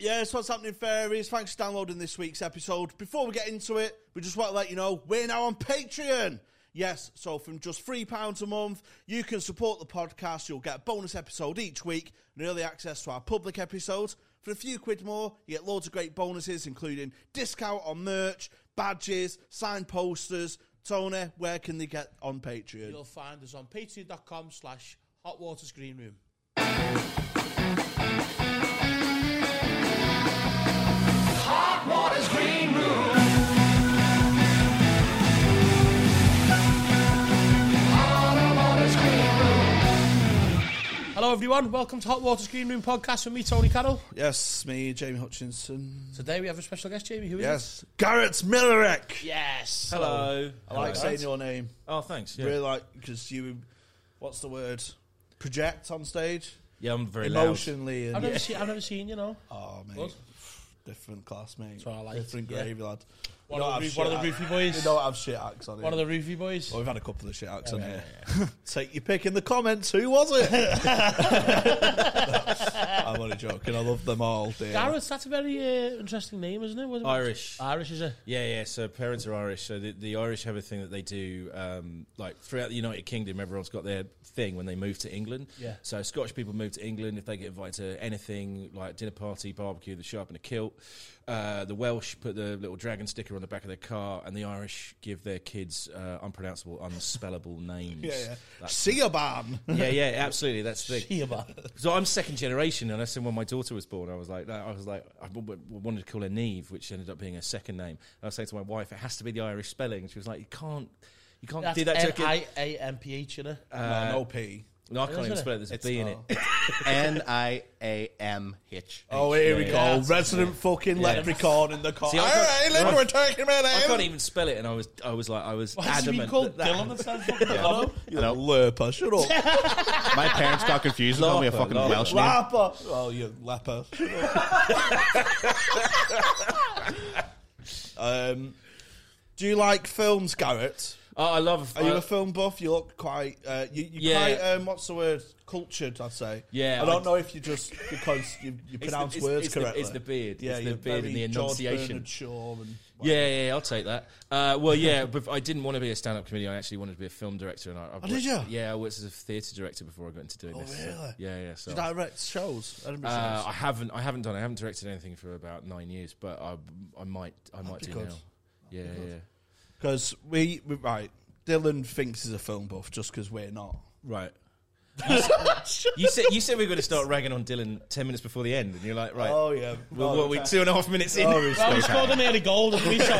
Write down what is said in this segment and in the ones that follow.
Yeah, that's what's happening, fairies. Thanks for downloading this week's episode. Before we get into it, we just want to let you know we're now on Patreon. Yes, so from just £3 a month, you can support the podcast. You'll get a bonus episode each week and early access to our public episodes. For a few quid more, you get loads of great bonuses, including discount on merch, badges, signed posters. Tony, where can they get on Patreon? You'll find us on patreon.com slash Hot Waters Green Room. Hello everyone, welcome to Hot Waters Green Room podcast with me, Tony Carroll. Yes, me, Jamie Hutchinson. Today we have a special guest, Jamie. Who is Yes, Garrett Millerek. it? Yes. Hello. I like saying your name. Oh, thanks. Yeah, Really like because you, what's the word? Project on stage yeah I'm very emotionally I've and never, seen, I've never seen you know. oh mate, What? different classmate, what I like, different yeah. gravy lad. One, We of don't the, have roo- one of the shit Roofy ac- We Boys. don't have shit acts on One of here. the Roofy Boys. Well, we've had a couple of shit acts on yeah, here. Take your pick in the comments. Who was it? I'm only joking. I love them all. Dear. Gareth, that's a very uh, interesting name, isn't it? What- what- Irish. Irish is it? Yeah, yeah. So parents are Irish. So the, the Irish have a thing that they do, um, like throughout the United Kingdom, everyone's got their thing when they move to England. Yeah. So Scottish people move to England if they get invited to anything like dinner party, barbecue, they show up in a kilt. Uh, the Welsh put the little dragon sticker on the back of their car, and the Irish give their kids uh, unpronounceable, unspellable names. Yeah, yeah. That's- See you, man. yeah, yeah, absolutely. That's the thing. Sheba. So I'm second generation, and I said when my daughter was born, I was like, I was like, I w- w- wanted to call her Neve, which ended up being her second name. And I was saying to my wife, it has to be the Irish spelling. She was like, you can't, you can't That's do that to a kid. N-I-A-M-P-H, isn't it? no, no P. no, I can't Isn't even it? spell it. There's a B in it. N I A M H. Oh, here we yeah. go. Yeah, Resident fucking leprechaun in the car. See, All I got- right, look, I- we're talking about I can't it. even spell it, and I was, I was like, I was Why is he adamant. being called that that- Dylan instead of fucking Dylan? You know, Lerpa, shut up. My parents got confused and called me a Larpa, fucking larpa. Welsh name. Rapper. Oh, you leper. um, do you like films, Garrett? Oh, I love. Are you I- a film buff? You look quite, uh, you, you're Yeah. quite, um, what's the word? Cultured, I'd say. Yeah, I don't I- know if you just, because you, you the- pronounce it's- words it's the- correctly. it's the beard. Yeah, It's the you're beard and very the George enunciation. Bernard Shaw and yeah, yeah, yeah, I'll take that. Uh, well, yeah, but I didn't want to be a stand-up comedian. I actually wanted to be a film director, and I, I've Oh, did worked- you? Yeah, I worked as a theatre director before I got into doing Oh, this. so- really? Yeah, yeah. So Did I direct shows? Edinburgh Uh, shows? I haven't. I haven't done. I haven't directed anything for about nine years, but I, I might. I might be do good. now. Yeah, yeah. Because we, we right, Dylan thinks he's a film buff just because we're not. Right. You said you said we were going to start ragging on Dylan ten minutes before the end, and you're like, right. Oh yeah, well, what, we two and a half minutes in. Oh, he's Well, we scored an early goal, didn't we? So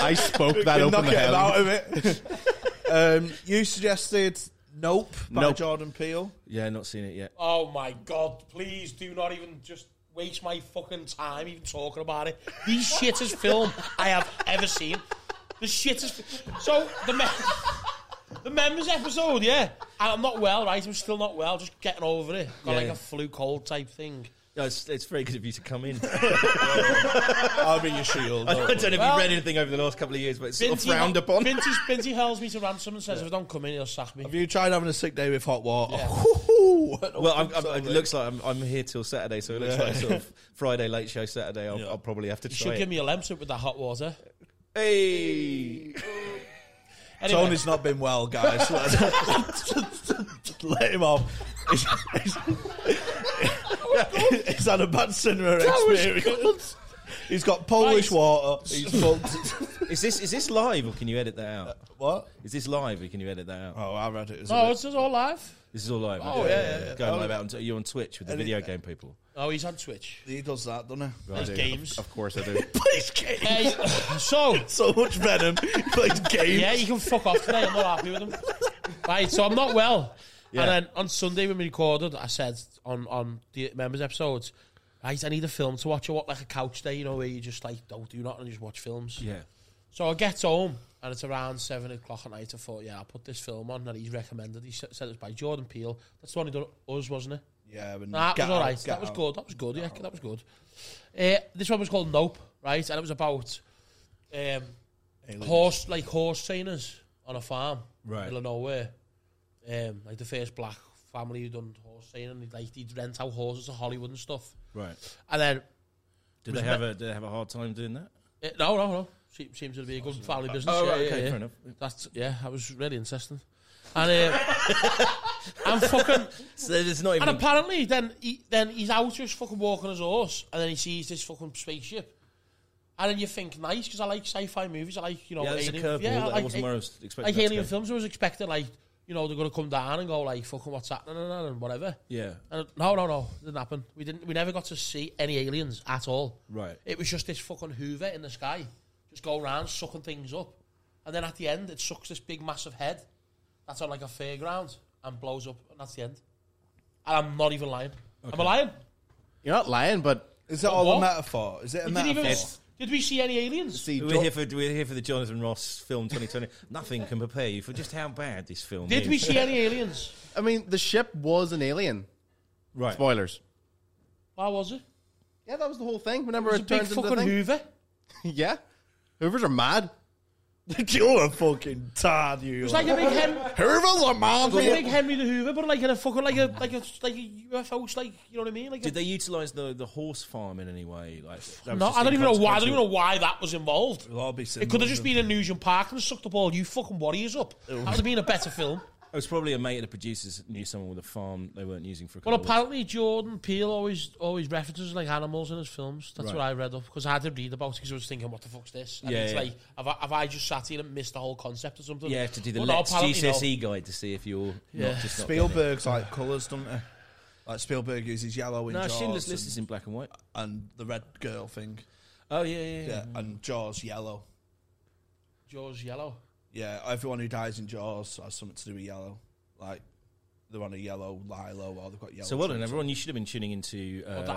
I spoke that knock open the it hell. out of it. um, you suggested Nope by Nope. Jordan Peele. Yeah, not seen it yet. Oh my god, please do not even just waste my fucking time even talking about it. The shittest film I have ever seen. The shittest. fi- So, the me- the members episode, yeah. I'm not well, right? I'm still not well, just getting over it. Got Yeah, like yeah. a flu cold type thing. No, Oh, it's, it's very good of you to come in. I'll be your shield. I don't know if Well- you've read anything over the last couple of years, but it's sort of frowned upon. Binty, Binty hurls me to ransom and says, if I don't come in, he'll sack me. Have you tried having a sick day with hot water? Well, I'm, I'm, it looks like I'm, I'm here till Saturday, so it looks like sort of Friday late show Saturday. I'll, I'll probably have to You try. should it. give me a lemon with that hot water. hey, Anyway, Tony's not been well, guys. Let him off. He's, he's- he's had a bad cinema experience. He's got Polish Right. water. He's fucked. is this is this live or can you edit that out? what? Is this live or can you edit that out? Oh, I read it. As a no, bit- it's just all live. This is all live. Oh, yeah, yeah, yeah. Going live out on t- you're on Twitch with the video game people. Oh, he's on Twitch. he does that, doesn't he? I There's do. games. Of course I do. Plays games. Hey, so So much venom. He plays games. yeah, you can fuck off today. I'm not happy with him. Right, so I'm not well. Yeah. And then on Sunday when we recorded, I said on on the members episodes, right, I need a film to watch. I want like a couch day, you know, where you just like don't do nothing and just watch films. Yeah. So I get home and it's around seven o'clock at night. I thought, yeah, I'll put this film on that he's recommended. He s- said it was by Jordan Peele. That's the one he done Us, wasn't it? Yeah, but Nah, that get was all out, right. get That was out. good. That was good. Yeah, that was good. Uh, this one was called Nope, right? And it was about um, Aliens. horse, like horse trainers on a farm, Right. middle of nowhere. Um, like the first black family who done horse training. He'd like he'd rent out horses to Hollywood and stuff. Right. And then Did they have a did they have a hard time doing that? eh, no, no, no. Se- Seems to be a good family business. Oh, yeah, right, yeah, okay, yeah. fair enough. That's yeah. That was really interesting. And uh, I'm fucking. So there's not And apparently, then he, then he's out just fucking walking his horse, and then he sees this fucking spaceship. And then you think, nice, because I like sci-fi movies. I like, you know, Yeah, there's a alien, curveball yeah, I that like, wasn't where I was like expecting. that to alien go. films. I was expecting, like, you know, they're gonna come down and go, like, fucking what's happening and, that and whatever. Yeah. And it- no, no, no, it didn't happen. We didn't. We never got to see any aliens at all. Right. It was just this fucking Hoover in the sky, just go around sucking things up, and then at the end, it sucks this big massive head that's on like a fairground and blows up, and that's the end. And I'm not even lying. I'm a lying. You're not lying, but Is that all a What? metaphor? Is it a We didn't metaphor? even. Did we see any aliens? see, We're Jo- here for we're here for the Jonathan Ross film 2020. Nothing can prepare you for just how bad this film is. Did we see any aliens? I mean, the ship was an alien. Right. Spoilers. Why was it? Yeah, that was the whole thing. Remember, It was it, a big turns into the fucking thing. Hoover. yeah, Hoovers are mad. You're a fucking tad, you. It's like a big hem. Hoover's a It's like a man. big Henry the Hoover, but like in a fucking like a like a like a UFO. It's like you know what I mean? Like a- Did they utilise the, the horse farm in any way? Like that was No, just I don't even know why. I don't even know inconsequential. why that was involved. It could have just been a Nugent Park and sucked up all you fucking warriors up. That would have been a better film. It was probably a mate of the producers knew someone with a farm they weren't using for. A Well, couple of- apparently Jordan Peele always always references like animals in his films. That's Right. what I read up because I had to read about it because I was thinking, what the fuck's this? And Yeah, it's yeah. like, have I, have I just sat here and missed the whole concept or something? you have to do the Well, no, Let's apparently GCSE E guide to see if you're Yeah. not just not getting it. Spielberg's like colours, doesn't he? Like Spielberg uses yellow in No, Jaws Schindler's and, List is in black and white. and the red girl thing. Oh yeah, yeah, yeah. Yeah, and Jaws yellow. no. Jaws Yellow. Yeah, everyone who dies in Jaws has something to do with yellow. Like they're on a yellow lilo or they've got yellow. So well done, something. everyone. You should have been tuning into uh, the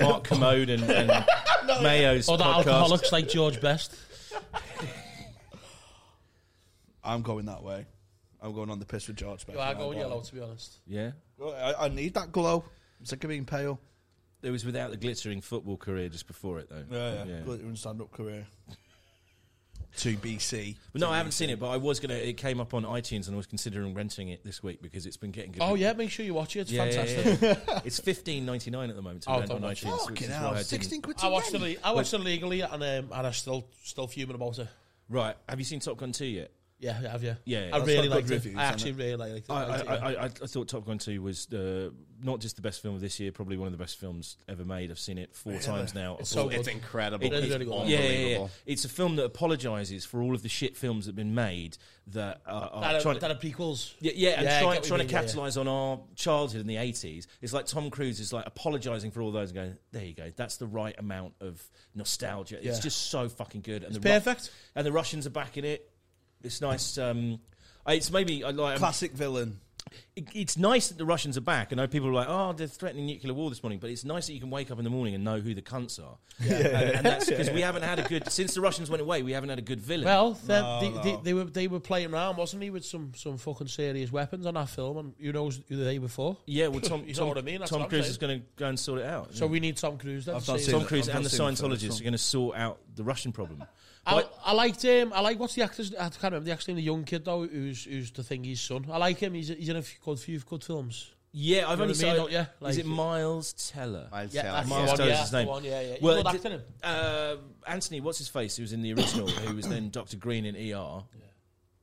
alcohol- Mark Commode and, and Mayo's Or the podcast. alcoholics like George Best. I'm going that way. I'm going on the piss with George. You are going yellow, to be honest. Yeah, I, I need that glow. It's like being pale. it was without the glittering football career just before it though. Glitter and stand up career. To BC. But no, I haven't seen it, but I was gonna. It came up on iTunes, and I was considering renting it this week because it's been getting. good. Oh yeah, make sure you watch it. It's Yeah, yeah, fantastic. yeah. it's fifteen ninety nine at the moment to Oh, rent don't on watch it. iTunes. which Fucking is hell, why I didn't. 16 quid to I watched rent. it. I watched it legally, and um, and I still still fuming about it. Right, have you seen Top Gun two yet? Yeah, I have you? Yeah, yeah. I That's really got liked good it. reviews, I hasn't actually really liked it. I, I, liked it, yeah. I, I, I thought Top Gun 2 was uh, not just the best film of this year, probably one of the best films ever made. I've seen it four times now. It's I've so thought- good. It's incredible. It is it's really good. Oh, yeah, yeah, yeah. unbelievable. It's a film that apologizes for all of the shit films that have been made that are, are that, are, trying to. that are prequels. yeah, yeah, and Yeah, I get trying, what you trying mean, to yeah, yeah. capitalize on our childhood in the 80s. It's like Tom Cruise is like apologizing for all those and going, there you go, that's the right amount of nostalgia. It's Yeah. just so fucking good. And the Ru- Perfect. and the Russians are backing it. It's nice. Um, I- it's maybe I like. I'm- Classic villain. it- It's nice that the Russians are back. I know people are like, "Oh, they're threatening nuclear war this morning," but it's nice that you can wake up in the morning and know who the cunts are. And, and that's because we haven't had a good since the Russians went away. We haven't had a good villain. Well, they, they, they, they were they were playing around, wasn't he, with some some fucking serious weapons on that film, and who knows who they were for. yeah, well, Tom, You know Tom, what I mean? That's Tom what I'm Cruise saying. is going to go and sort it out. So we need Tom Cruise. Then I've to not save seen it. Tom Cruise I've and the not seen the film, Scientologists so- are going to sort out the Russian problem. I, But- I liked him. I like what's the actor's. I can't remember the actor's name. The young kid though, who's who's the thing. His son. I like him. He's he's in a few good few good films. yeah, I've know what only I mean, seen. don't you? Like- is it Miles Teller? Miles Yeah, Teller. that's Miles the one. Yeah, Teller's his that's the name. one. Yeah, yeah. He's Well, good d- acting him. uh, Anthony, what's his face? Who was in the original? who was then Doctor Green in ER?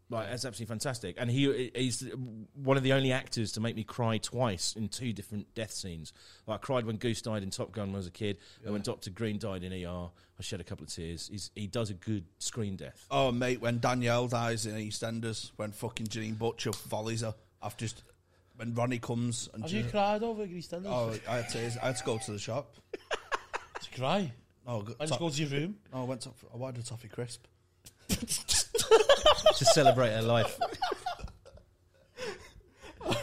Like that's absolutely fantastic, and he he's one of the only actors to make me cry twice in two different death scenes. Like, I cried when Goose died in Top Gun when I was a kid, and when Doctor Green died in ER, I shed a couple of tears. He's, he does a good screen death. Oh, mate, when Danielle dies in EastEnders, when fucking Janine Butcher volleys her, I've just. When Ronnie comes and. Have you cried over Grease Oh, oh, I had, to, I had to go to the shop. to cry. Oh, go, I just go to your room. oh I went to. I wanted a toffee crisp. to celebrate her life.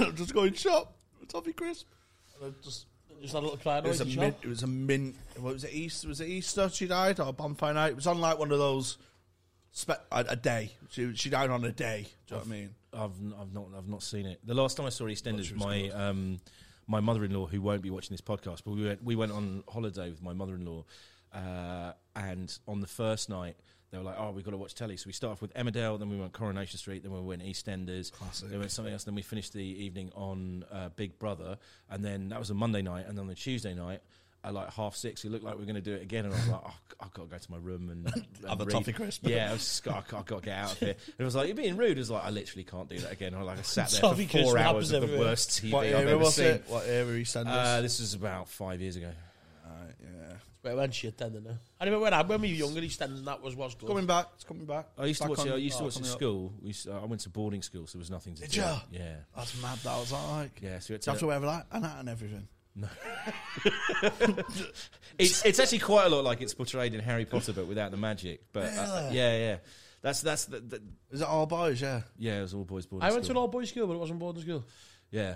I'm just going shop. A toffee crisp. And I just. Just had a little cry. It was, a noise, min, it was a min. What was it? Easter? Was it Easter? She died or bonfire night? It was on like one of those. Spe- a, a day. She she died on a day. Do you know what I mean? I've, I've not I've not seen it. The last time I saw EastEnders, my um, my mother in law, who won't be watching this podcast, but we went we went on holiday with my mother in law. Uh, and on the first night, they were like, "Oh, we've got to watch telly." So we started off with Emmerdale, then we went Coronation Street, then we went EastEnders, Classic. then we went something else, then we finished the evening on uh, Big Brother, and then that was a Monday night, and then on the Tuesday night. At like half six, it looked like we were going to do it again, and I was like, oh, "I've got to go to my room and, and Have a read." toffee crisp. Yeah, I was just, I, have got to get out of here. And it was like, "You're being rude." It was like, "I literally can't do that again." And I like, I sat there Toffee for crisp four happens hours of the everywhere. worst TV What I've era ever was seen. it? What era EastEnders? Uh, this was about five years ago. Alright, yeah. Well, when shit then, didn't it? I remember when I when we were younger, EastEnders and that was was good. Coming back. It's coming back. I used Back to watch on- it. I used to oh, watch it at coming up. school. We used, I went to boarding school, so there was nothing to Did do. ya? Yeah, That's mad. That was like. yeah. So Do you uh, we had have to to, wear a hat and hat and everything? it's it's actually quite a lot like it's portrayed in Harry Potter, but without the magic. But uh, Really? yeah, yeah. That's that's the, the, Is it all boys? Yeah. yeah. It was all boys boarding. I went to school. an all boys school, but it wasn't boarding school. yeah.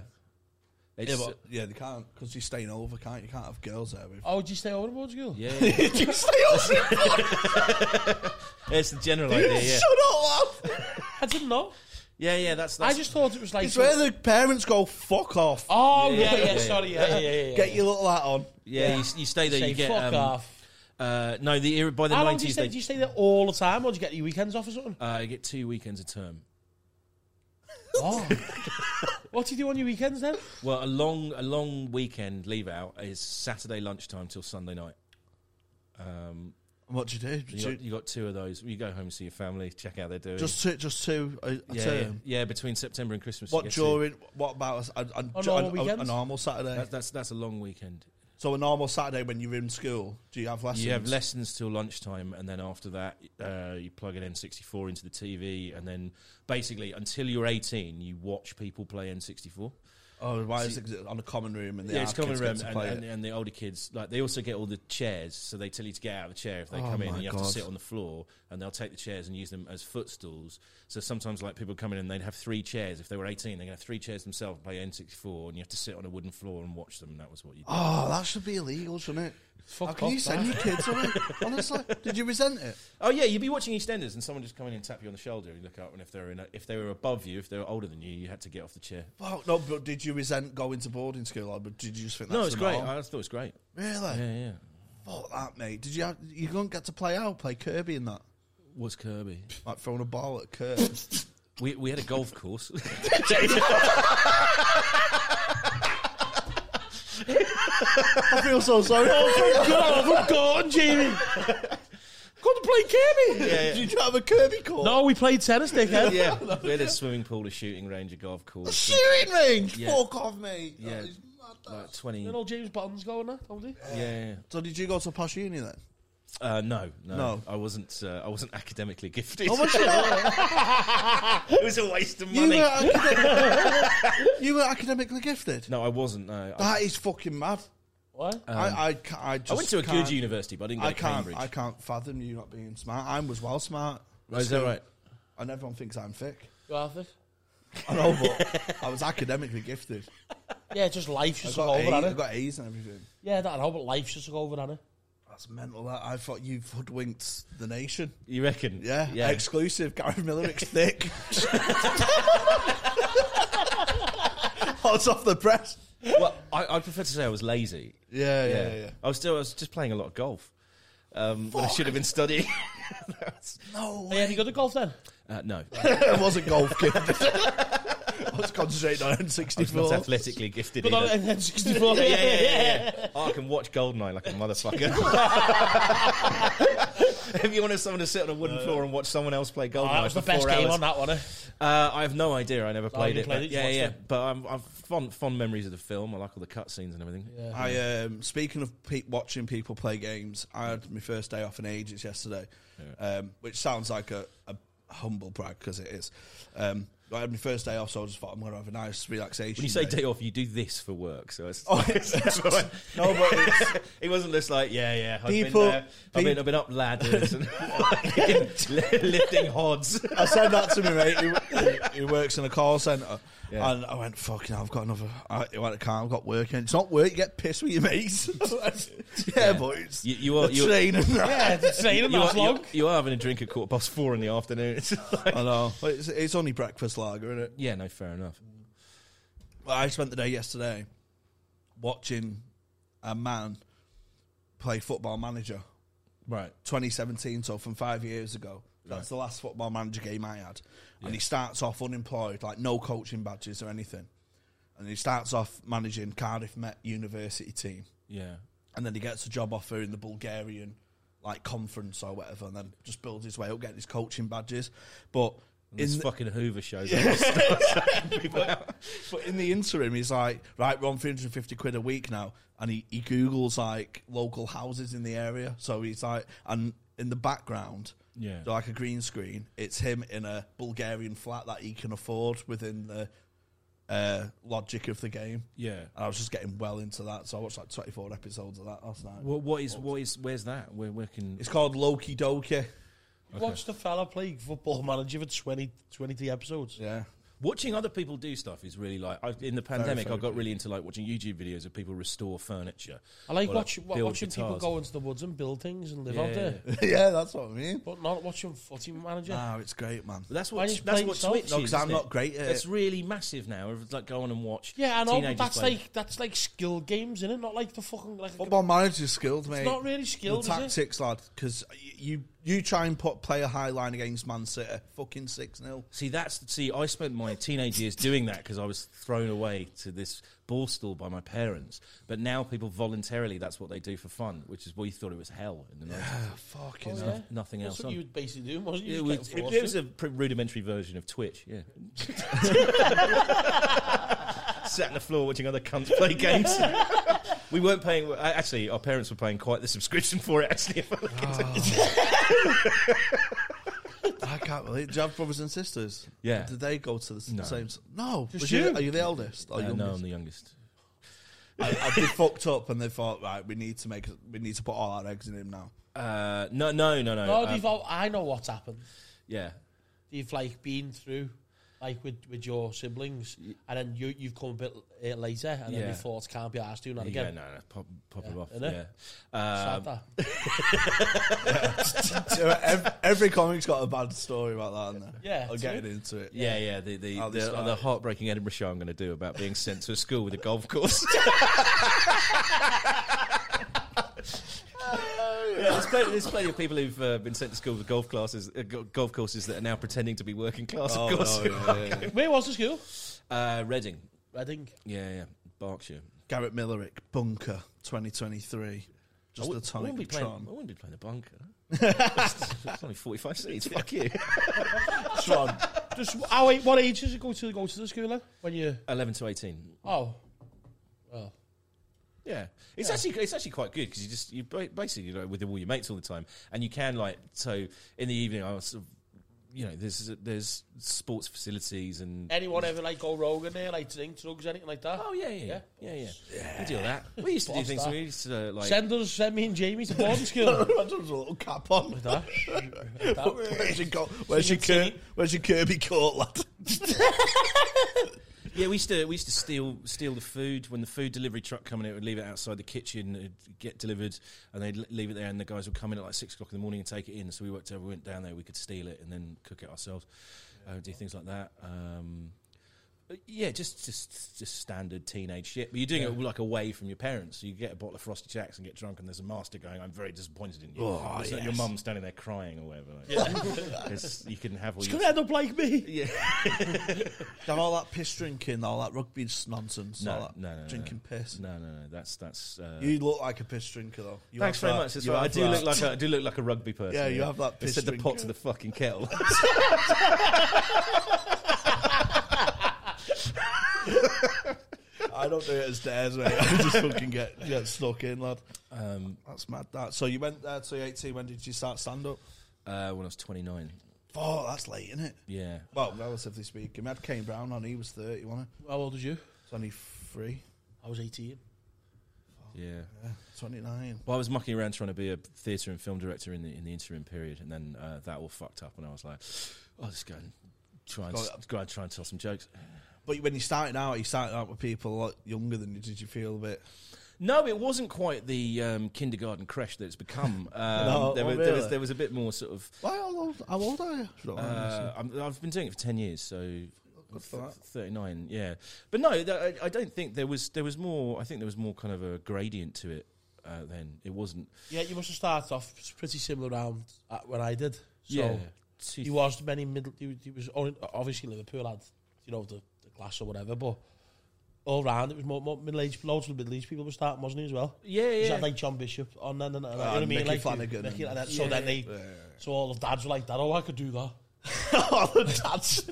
It's, yeah, but yeah, they can't because you're staying over, can't you? Can't have girls there with. Oh, did you stay over at boarding school? yeah, yeah. Did you stay over? it's the general idea. Yeah, Shut up, lad. I didn't know. yeah, yeah. That's, I that's just thought it was like. It's where the parents go. Fuck off. oh yeah, Yeah, yeah, yeah, yeah. sorry, yeah, yeah, yeah. yeah. Get your little hat on. yeah. You, you stay there. Say you get fuck um, off. Uh, no, the era by the How long do you nineties. stay? Do you stay there all the time, or do you get your weekends off or something? Uh, you get two weekends a term. Oh. what do you do on your weekends then? Well, a long a long weekend leave out is Saturday lunchtime till Sunday night. Um, And What do you do? you, Two- got, you got two of those. You go home and see your family, check out they're doing. just two, just two a, a yeah, yeah, term. yeah, between September and Christmas. you What get two. during? What about a, a, a, On ju- Oh, normal a- a- a weekends? normal Saturday? That, that's that's a long weekend. so a normal Saturday when you're in school, do you have lessons? You have lessons till lunchtime, and then after that, uh, you plug an N64 into the TV, and then basically until you're 18, you watch people play N64. Oh, why is it on the common room and the yeah, it's hard common kids room, get to and, play and, it? and the older kids like they also get all the chairs, so they tell you to get out of the chair if they Oh come in, my and you have God. to sit on the floor, and they'll take the chairs and use them as footstools. So sometimes, like people come in and they'd have three chairs if they were eighteen, they're gonna have three chairs themselves and play N sixty four, and you have to sit on a wooden floor and watch them. And that was what you did. Oh, that should be illegal, shouldn't it? How can off you send your kids away? Honestly, did you resent it? Oh yeah, you'd be watching EastEnders, and someone just come in and tap you on the shoulder, and you look up, and if they were in a, if they were above you, if they were older than you, you had to get off the chair. Well, no, but did you resent going to boarding school, or did you just think that's no, it's the great. norm? I thought it was great. Really? Yeah, yeah. Fuck that, mate. Did you have, you don't get to play out, play Kirby and that, Was Kirby? like throwing a ball at Kirby. We we had a golf course. I feel so sorry. God, I'm gone, Jamie. Come to play Kirby. Did you have a Kirby court? No, we played tennis, dickhead. yeah, we had a swimming pool, a shooting range, a golf course. Shooting range. Yeah. Fuck off, mate. That Yeah. is mad, that. like 20 You know James Bond's going there, don't he? yeah, yeah, yeah. So did you go to posh uni then? Uh, no, no No. i wasn't uh, i wasn't academically gifted Oh, you, Oh. it was a waste of were money academic, you were academically gifted. no i wasn't no I, That is fucking mad. What? I, I, ca- I, just I went to a can't, good university but i didn't go I to can't. cambridge I can't fathom you not being smart. I was well smart. Right, Oh, is that right And everyone thinks I'm thick. You are thick. I know, but I was academically gifted. Yeah, it's just life I just took got, over, A's, I hasn't it? got A's and everything. Yeah, that I know, but life just took over, hasn't That's mental. That I thought you hoodwinked the nation. you reckon Yeah, yeah exclusive. Gary Millerick's thick. Hot off the press. well I, i'd prefer to say i was lazy Yeah, yeah, yeah. yeah. i was still i was just playing a lot of golf um, when i should have been studying No it? Yeah, you go to golf then? uh, no it was a golf kid. I was concentrating on i was not N64. athletically gifted But either. on then 64 yeah, yeah, yeah, yeah, yeah. Oh, I can watch Goldeneye like a motherfucker. if you wanted someone to sit on a wooden floor and watch someone else play Goldeneye Oh, Uh, that was for the best four game hours, on that one, eh? Uh, I have no idea. I never played you it. played but- it, you yeah, watched yeah. it. But I'm, I've fond fond memories of the film. I like all the cutscenes and everything. I um, speaking of pe- watching people play games, I had my first day off in ages yesterday, um, which sounds like a, a humble brag because it is. Um, I had my first day off, so I just thought I'm going to have a nice relaxation. When you say day. day off, you do this for work. So it's, Oh, no, but it's, it wasn't just like yeah, yeah. I've People- been there. I've been, I've been up ladders and lifting hods. I said that to my mate who, who works in a call centre. Yeah. And I went, fucking, I've got another. I, I can't, I've got work. And it's not work, you get pissed with your mates. yeah, but it's You- you are- the you- training. Yeah. It's saying You are, that's long. you, you are having a drink at quarter past four in the afternoon. It's like- I know. But It's, it's only breakfast lager, isn't it? yeah, no, fair enough. Well, I spent the day yesterday watching a man play football manager Right. 2017, so from five years ago. That's the last football manager game I had. And he starts off unemployed, like no coaching badges or anything. And he starts off managing Cardiff Met University team. Yeah. And then he gets a job offer in the Bulgarian like conference or whatever, and then just builds his way up, getting his coaching badges. But This in, fucking Hoover shows up. but in the interim, he's like, right, we're on 350 quid a week now. And he, he Googles like local houses in the area. So he's like, and in the background, Yeah. so like a green screen, it's him in a Bulgarian flat that he can afford within the uh, logic of the game. Yeah. And I was just getting well into that. So I watched like 24 episodes of that last night. What, what is what is where's that? Where where can It's called Loki Doki. Watch the fella play football manager for 20, 23 episodes. Yeah. watching other people do stuff is really like I've, in the pandemic I got really into like watching YouTube videos of people restore furniture. I like Or, watch, wa- build watching people guitars. go into the woods and build things and live out there, yeah, that's what I mean. but not watching footy manager. Ah, it's great, man. But that's Why what don't you that's play what yourself? Twitch No, 'cause is. I'm isn't it? not great at it. It's really massive now. It's like go on and watch. yeah, I know, but teenagers that's playing. like that's like skilled games, innit? Not like the fucking like. Football manager's skilled, mate. it's not really skilled, the is it? tactics, lad. Because you you try and put play a high line against Man City, fucking six 0 See, that's see. I spent my teenage years doing that because I was thrown away to this ball stall by my parents. But now people voluntarily—that's what they do for fun, which is we thought it was hell in the nineties. Fucking Yeah. no- nothing That's else what on. you would basically do, wasn't you? It Just was, getting it, forced it was to. a pr- rudimentary version of Twitch. Yeah, sat on the floor watching other cunts play games. we weren't paying. a- Actually, our parents were paying quite the subscription for it. Actually, if I look into it. I can't believe. Do you have brothers and sisters? Yeah. Did they go to the s- No. same? s- No. Just Was you- you. are you the eldest? Or Uh, no, I'm youngest? the youngest. I, I'd be fucked up, and they thought, right, we need to make, we need to put all our eggs in him now. Uh, no, no, no, no. No, um, they've all, I know what's happened. yeah, You've like been through, like with, with your siblings, and then you you've come a bit uh, later, and then Yeah. your thoughts can't be asked doing that yeah, again. no, no, pop, pop it off. innit? Yeah. Sad Um, that. every, every comic's got a bad story about that, hasn't they? Yeah, I'm true. getting into it. Yeah, yeah, the Oh, the, the, uh, this the, guy. heartbreaking Edinburgh show I'm going to do about being sent to a school with a golf course. yeah, there's, plenty, there's plenty of people who've uh, been sent to school with golf classes, uh, go- golf courses that are now pretending to be working class. Oh, of course, no, yeah, yeah, yeah. Where was the school? uh, Reading. Reading. Yeah, yeah, Berkshire. Garrett Millerick, Bunker, 2023. Just a I tonic wouldn't be of playing. Tron. I wouldn't be playing the bunker. it's only 45 seats. Fuck you. Tron. Just oh wait, what age did you go to go to the school then? When you 11 to 18. oh, well, Yeah, it's actually it's actually quite good because you just you ba- basically you know, with all your mates all the time, and you can like so in the evening I was. Sort of, you know, there's there's sports facilities and anyone ever like go rogue in there, like drink drugs, anything like that? oh yeah yeah yeah yeah, yeah. we do all that. We used to do What's things. that? We used to uh, like Send us, send me and Jamie to boarding school. I just a little cap on. Like that. Like that. Where's your, go- where's, your Singing Ker- where's your Kirby court, lad? yeah we used to we used to steal steal the food when the food delivery truck coming in it would leave it outside the kitchen it'd get delivered and they'd l- leave it there and the guys would come in at like six o'clock in the morning and take it in so we worked out we went down there we could steal it and then cook it ourselves uh, do things like that. Um, but yeah, just just just standard teenage shit. But you're doing it like away from your parents. So you get a bottle of Frosty Jacks and get drunk, and there's a master going, "I'm very disappointed in you." Oh, it's not yes. your mum standing there crying or whatever. Like, yeah. you can have all It's your gonna end up like me. Have all that piss drinking, all that rugby nonsense, No, all that no, no, no, drinking piss. no, no, no. That's that's. Uh, You look like a piss drinker, though. You thanks have very that- much. That's you right. I have do that. look like a, I do look like a rugby person. Yeah, you have that They said piss the pot drinker. to the fucking kettle. I don't do it as dares, mate. I just fucking get, get stuck in, lad. That's mad, that. So you went there to 18. When did you start stand up? uh, when I was 29. Oh, that's late, isn't it? Yeah. Well, relatively speaking. We had Kane Brown on, he was 30, wasn't How old was you? he? 23, I was 18. Oh. Yeah. yeah, 29. Well, I was mucking around trying to be a theatre and film director in the in the interim period, and then uh, that all fucked up, and I was like, I'll just go and try and Go up. go and try and tell some jokes. But when you started out, you started out with people a lot younger than you. Did you feel a bit? No, it wasn't quite the um, kindergarten crash that it's become. Um, No, there, oh, were- there was really? there was a bit more sort of. Why, how old, how old are you? If you don't mind me asking. Uh, I'm, I've been doing it for ten years, so Oh, Good for that. thirty nine. Yeah, but no, th- I, I don't think there was there was more. I think there was more kind of a gradient to it. uh, then. It wasn't. Yeah, you must have started off pretty similar around uh, when I did. So So, he was many middle. He, was- he was only, obviously Liverpool had you know the, the glass or whatever, but all round it was more, more middle aged. Loads of middle aged people were starting, wasn't he as well? yeah, He yeah. had like John Bishop on then, and, and, you know Ah, what I mean? Mickey like, Flanagan Mickey and- like that. So then they, so all the dads were like that. Oh, I could do that. all the dads.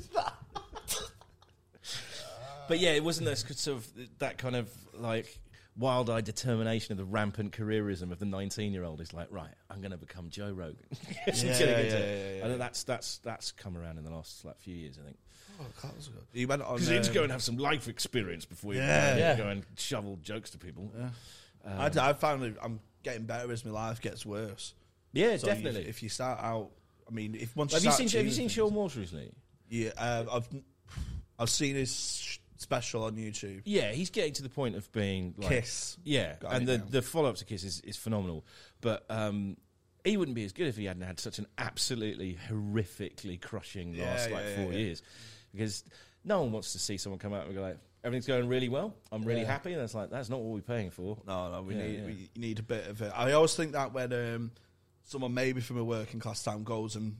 But yeah, it wasn't this sort of that kind of like wild-eyed determination of the rampant careerism of the nineteen-year-old. It's like, right, I'm going to become Joe Rogan. It's Yeah, gonna yeah, get yeah, to- yeah, yeah. And that's that's that's come around in the last like few years, I think. He went on. Because you need to um, go and have some life experience before you Yeah. Yeah. go and shovel jokes to people. Yeah, I, d- I um, finally, I'm getting better as my life gets worse. So you- definitely. if you start out, I mean, if once have you start seen Have you seen achieving Sean Walsh recently? things- Yeah, uh, I've I've seen his sh- special on YouTube. Yeah, he's getting to the point of being like, Kiss. Yeah, Got and it the, now. the follow up to Kiss is, is phenomenal, but um, he wouldn't be as good if he hadn't had such an absolutely horrifically crushing Yeah, last yeah, like yeah, four yeah. years, because no one wants to see someone come out and go like everything's going really well, I'm really happy, and it's like that's not what we're paying for. No, no, we Yeah, need yeah. we you need a bit of it. I always think that when um, someone maybe from a working class town goes and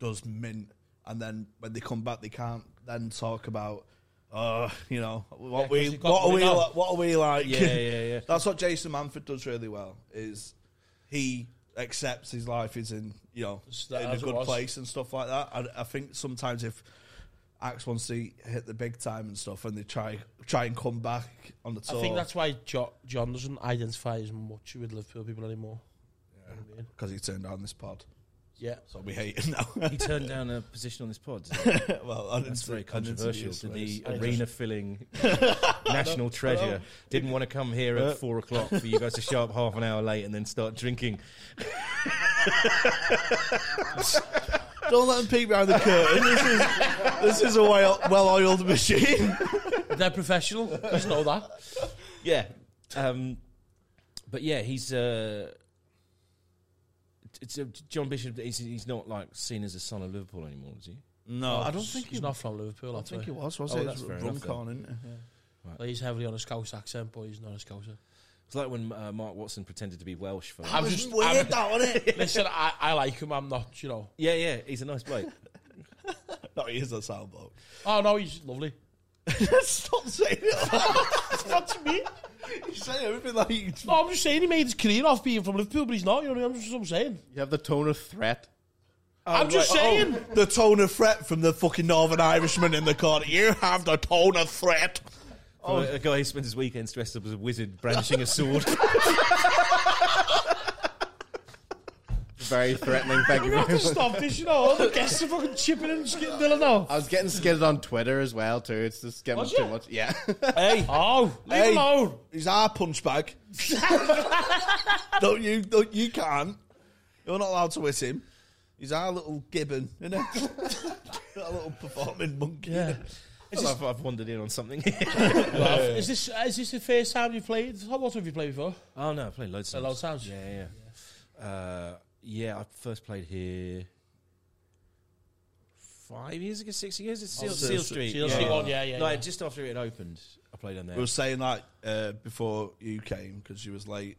does mint, and then when they come back, they can't then talk about, uh, you know, what 'cause we you've got what are money we now. li- what are we like? Yeah, yeah, yeah. That's what Jason Manford does really well. Is he accepts his life is in you know Just that in a as it good was. place and stuff like that. I, I think sometimes if Axe wants to hit the big time and stuff, and they try try and come back on the I tour. think that's why jo- John doesn't identify as much with Liverpool people anymore. You know what I mean? because he turned on this pod. Yeah. So we hate him now. He turned down a position on this pod. well, I That's didn't- very I didn't controversial. see To you, the so- arena filling national treasure didn't want to come here at four o'clock for you guys to show up half an hour late and then start drinking. Don't let him peek behind the curtain. This is this is a well well oiled machine. They're professional. Just know that. yeah. Um, but yeah, he's uh, it's uh, John Bishop. He's, he's not like seen as a son of Liverpool anymore, is he? No, I don't He's- think he's he. not from Liverpool. I I don't think think he was. Was Oh, it? that's It's fair Rum enough, then. corn, isn't it? he's heavily on a Scouse accent, but he's not a Scouser. It's like when uh, Mark Watson pretended to be Welsh for. I'm It was just weird, I'm, that wasn't it? listen. I, I like him. I'm not. You know. yeah, yeah, he's a nice bloke. no, he is a sound bloke. Oh no, he's lovely. Stop saying it. That's what you mean. You say everything like you No, I'm just saying he made his career off being from Liverpool, but he's not. You know what I mean? I'm just I'm saying. You have the tone of threat. Oh, I'm just saying. the tone of threat from the fucking Northern Irishman in the corner. You have the tone of threat. Oh. A guy who spends his weekends dressed up as a wizard brandishing a sword. Very threatening. Thank you We have very to much. stop this. You know, all the guests are fucking chipping and just getting Dylan now. I was getting skidded on Twitter as well too. It's just getting Was too ya? much. Yeah. Hey, Oh, leave Hey. him alone. He's our punch bag. don't you? Don't you can't. You're not allowed to whiss him. He's our little gibbon, isn't he? that little performing monkey. Yeah. It's just- I've, I've wandered in on something. Is this is this the first time you've played? How what have you played before? oh no, I played loads A of lot of times. times. Yeah, yeah, yeah. Uh, yeah. I first played here five years ago, six years. It's Seal, so- Seal Street. Oh, Seal Street one, yeah, yeah, Like yeah. just after it had opened, I played on there. We were saying that uh, before you came because you was late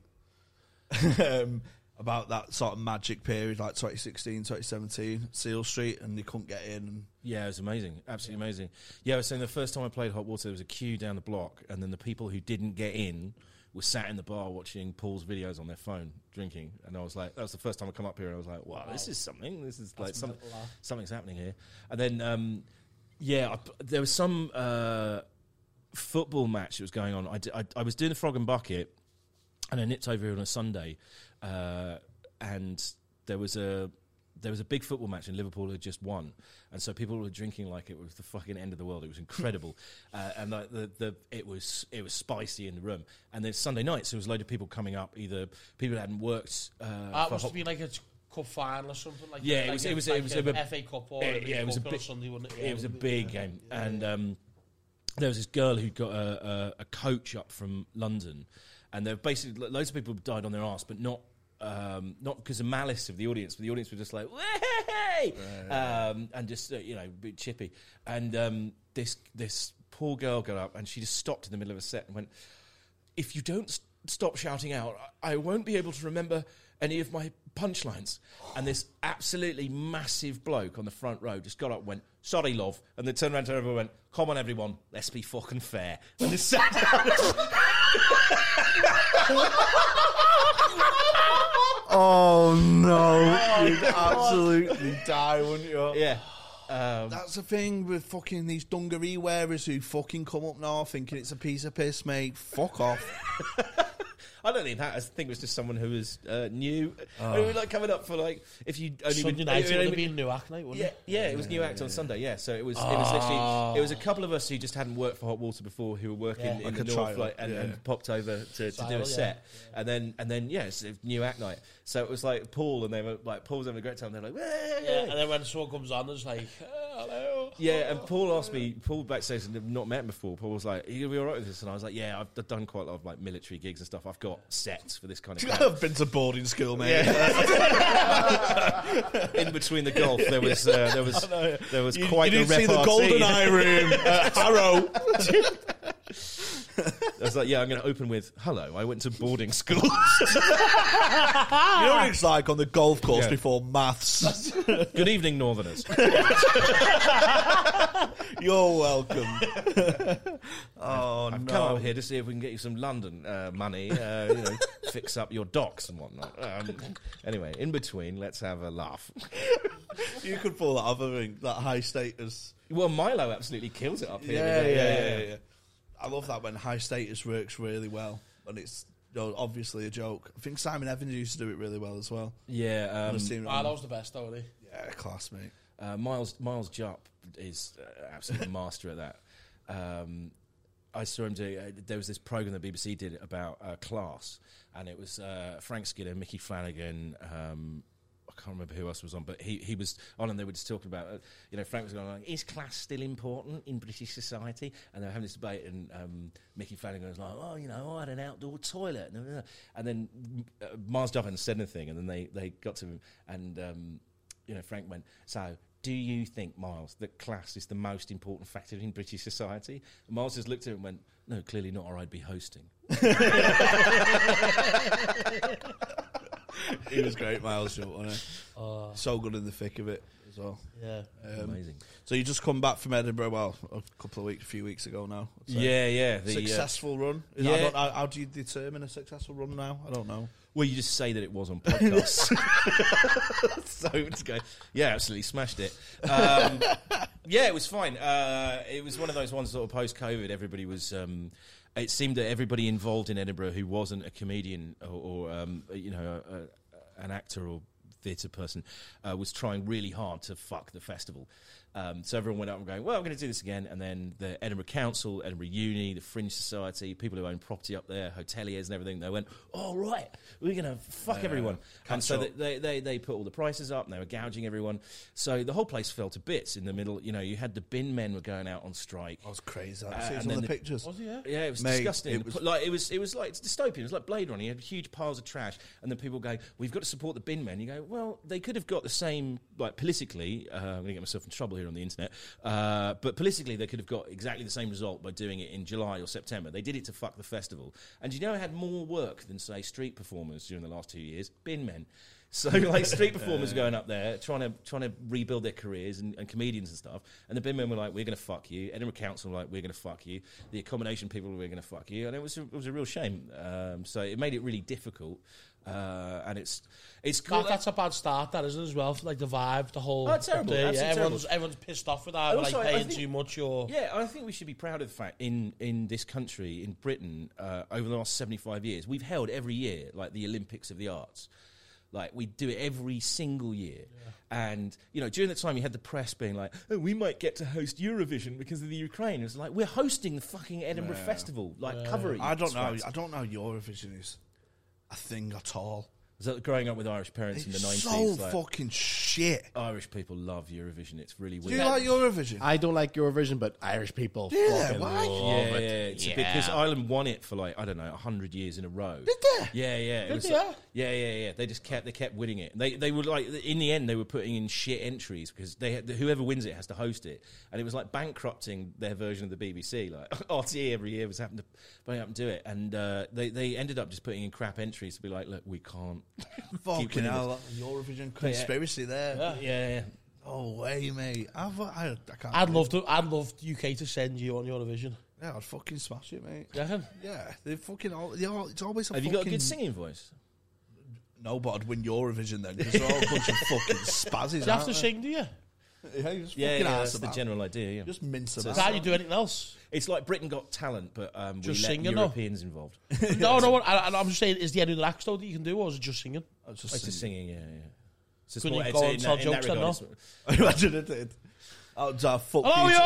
um, about that sort of magic period, like 2016, 2017, Seal Street, and they couldn't get in. And yeah, it was amazing, absolutely amazing. Yeah, I was saying the first time I played Hot Water, there was a queue down the block, and then the people who didn't get in were sat in the bar watching Paul's videos on their phone drinking, and I was like, that was the first time I come up here, and I was like, wow, this is something. This is like some, something's happening here. And then, um, yeah, I p there was some. Uh, football match that was going on. I, d- I- I was doing the Frog and Bucket, and I nipped over here on a Sunday, uh, and there was a there was a big football match, and Liverpool had just won, and so people were drinking like it was the fucking end of the world. It was incredible, uh, and like the, the it was it was spicy in the room. And then Sunday nights, there was a load of people coming up, either people that hadn't worked. Uh, That for must hot- have been like a t- cup final or something like Yeah, it that. was- like it was- a, it like was an a bit- FA Cup or yeah, a League yeah, it was a Cup on bit- Sunday, wasn't it? it was a big game, and um, there was this girl who got a, a, a coach up from London, and there were basically lo- loads of people died on their arse, but not um, not because of malice of the audience, but the audience were just like, "Way!" Um, and just uh, you know, a bit chippy. And um, this this poor girl got up, and she just stopped in the middle of a set and went, "If you don't." s- stop shouting out, I I won't be able to remember any of my punchlines. And this absolutely massive bloke on the front row just got up and went, Sorry, love. And then turned around to everyone and went, Come on, everyone, let's be fucking fair. And just sat down. Oh no! You'd absolutely die, wouldn't you? yeah. That's the thing with fucking these dungaree wearers who fucking come up now thinking it's a piece of piss, mate. Fuck off. I don't think that. I think it was just someone who was uh, new. It was like coming up for like if you only Ah. Sunday been- night, if it you'd would only have been- been New Act night, wouldn't Yeah, it? yeah, it was New Act on Sunday. Yeah, so it was it was literally it was a Ah. couple of us who just hadn't worked for Hot Water before who were working Yeah. in Like the a north, trial, like, and, yeah. and popped over to, to do Trial, a yeah. set, and then and then yeah, it's a New Act night. So it was like Paul and they were like Paul's having a great time. They're like, "Way!" Yeah, And then when someone comes on, there's like, "Oh, hello. Yeah, and Paul asked me, Paul backstage, and I've not met him before. Paul was like, Are you going to be all right with this? And I was like, Yeah, I've d- done quite a lot of like military gigs and stuff. I've got sets for this kind of crowd. I've been to boarding school, mate. In between the golf, there was, uh, there was, there was You, quite you a didn't see the repartee. golden eye room at Harrow. I was like, Yeah, I'm going to open with, Hello, I went to boarding school. You know what it's like on the golf course Yeah. before maths. Good evening, Northerners. You're welcome. oh I've no! come up here to see if we can get you some London uh, money, uh, you know, fix up your docks and whatnot. Um, anyway, in between, let's have a laugh. You could pull that other thing, that high status. Well, Milo absolutely kills it up here. Yeah, yeah, doesn't he? yeah, yeah, I love that when high status works really well, and it's you know, obviously a joke. I think Simon Evans used to do it really well as well. Yeah, um, I've seen it Wow, on- that was the best, though, wasn't he? yeah, class, mate. Uh, Miles Miles Jupp is uh, absolute master at that. Um, I saw him do. Uh, there was this program the BBC did about uh, class, and it was uh, Frank Skinner, Mickey Flanagan. Um, I can't remember who else was on, but he, he was on, and they were just talking about, uh, you know, Frank was going like, "Is class still important in British society?" And they were having this debate, and um, Mickey Flanagan was like, "Oh, you know, I had an outdoor toilet," and then uh, Miles Jupp hadn't said anything, and then they, they got to him, and um, you know, Frank went, so do you think, Miles, that class is the most important factor in British society? And Miles just looked at him and went, no, clearly not, or I'd be hosting. He was great, Miles. Short, wasn't Oh, he? So good in the thick of it as well. yeah. Um, Amazing. so you just come back from Edinburgh? Well, a couple of weeks, a few weeks ago now. I'd say. yeah, yeah. the, uh, Successful run. Is- I Yeah. don't, how, how do you determine a successful run now? I don't know. uh, well, you just say that it was on podcasts. so it's go, yeah, absolutely smashed it. Um, yeah, it was fine. Uh, it was one of those ones sort of post COVID. Everybody was. Um, it seemed that everybody involved in Edinburgh who wasn't a comedian or, or um, you know, a, a, an actor or theatre person uh, was trying really hard to fuck the festival. Um, so everyone went up and going, well, we're going to do this again. And then the Edinburgh Council, Edinburgh Uni, the Fringe Society, people who own property up there, hoteliers and everything, they went, all right, we're going to fuck everyone. And so they, they, they, they put all the prices up and they were gouging everyone. So the whole place fell to bits in the middle. You know, you had the bin men were going out on strike. That was crazy. Uh, I've seen and some then of the, the- pictures. Was he, yeah? Yeah, it was Mate, disgusting. it was- like it was, it was like it's dystopian. It was like Blade Runner. You had huge piles of trash, and then people go, "We've got to support the bin men." You go, "Well, they could have got the same like politically." Uh, I'm going to get myself in trouble here on the internet, uh, but politically they could have got exactly the same result by doing it in July or September. They did it to fuck the festival, and you know, it had more work than say street performers during the last two years. Bin men. So like street performers going up there trying to trying to rebuild their careers and, and comedians and stuff. And the bin men were like, "We're going to fuck you." Edinburgh Council were like, "We're going to fuck you." The accommodation people were, "We're going to fuck you." And it was a, it was a real shame. Um, so it made it really difficult. Uh, and it's it's cool. That, that's a bad start, that isn't it, as well? For, like the vibe, the whole. Oh, it's terrible, day, absolutely yeah, everyone's, terrible. everyone's pissed off with that. Also, like I paying think- too much or. Yeah, I think we should be proud of the fact in, in this country, in Britain, uh, over the last 75 years, we've held every year like the Olympics of the Arts. Like we do it every single year. And, you know, during that time you had the press being like, oh, we might get to host Eurovision because of the Ukraine. It's like, we're hosting the fucking Edinburgh Festival. Like, cover it. I you don't know. twats. I don't know how Eurovision is a thing at all. Is that growing up with Irish parents in the 90s? so like- fucking shit. Irish people love Eurovision. It's really Do you weird. like Eurovision? I don't like Eurovision, but Irish people Yeah, fucking why? love yeah, yeah, it. it's a bit because Ireland won it for like I don't know hundred years in a row. Did they? Yeah, yeah. It was they? like- yeah, yeah, yeah. They just kept they kept winning it. They they were like in the end they were putting in shit entries because they had, whoever wins it has to host it, and it was like bankrupting their version of the BBC. Like RTE every year was having to bring up and do it, and uh, they they ended up just putting in crap entries to be like, look, we can't. keep Fucking winning hell, Eurovision conspiracy there. this. Yeah, yeah. No way, mate. I've, I, I can't. I'd love to. I'd love UK to send you on Eurovision. Yeah, I'd fucking smash it, mate. Yeah. Yeah, they fucking all. They all it's always a Have you fucking. got a good singing voice? No, but I'd win Eurovision then because they're all a bunch of fucking spazzies. You have aren't to they? sing, do you? Yeah, you just Yeah, fucking yeah, arse that's the about. general idea. Yeah, Just mince about. Can't you do anything else? it's like Britain Got Talent, but um, Just we let singing, though. Europeans involved. no, no. I, I'm just saying, is the end of the act though that you can do, or is it just singing? It's It's just just singing, yeah, yeah. It's just Couldn't more- you it's- go in on that- tell in jokes that then, no? regard, it's- Imagine it did. That would uh, fuck Hello, you. Euro,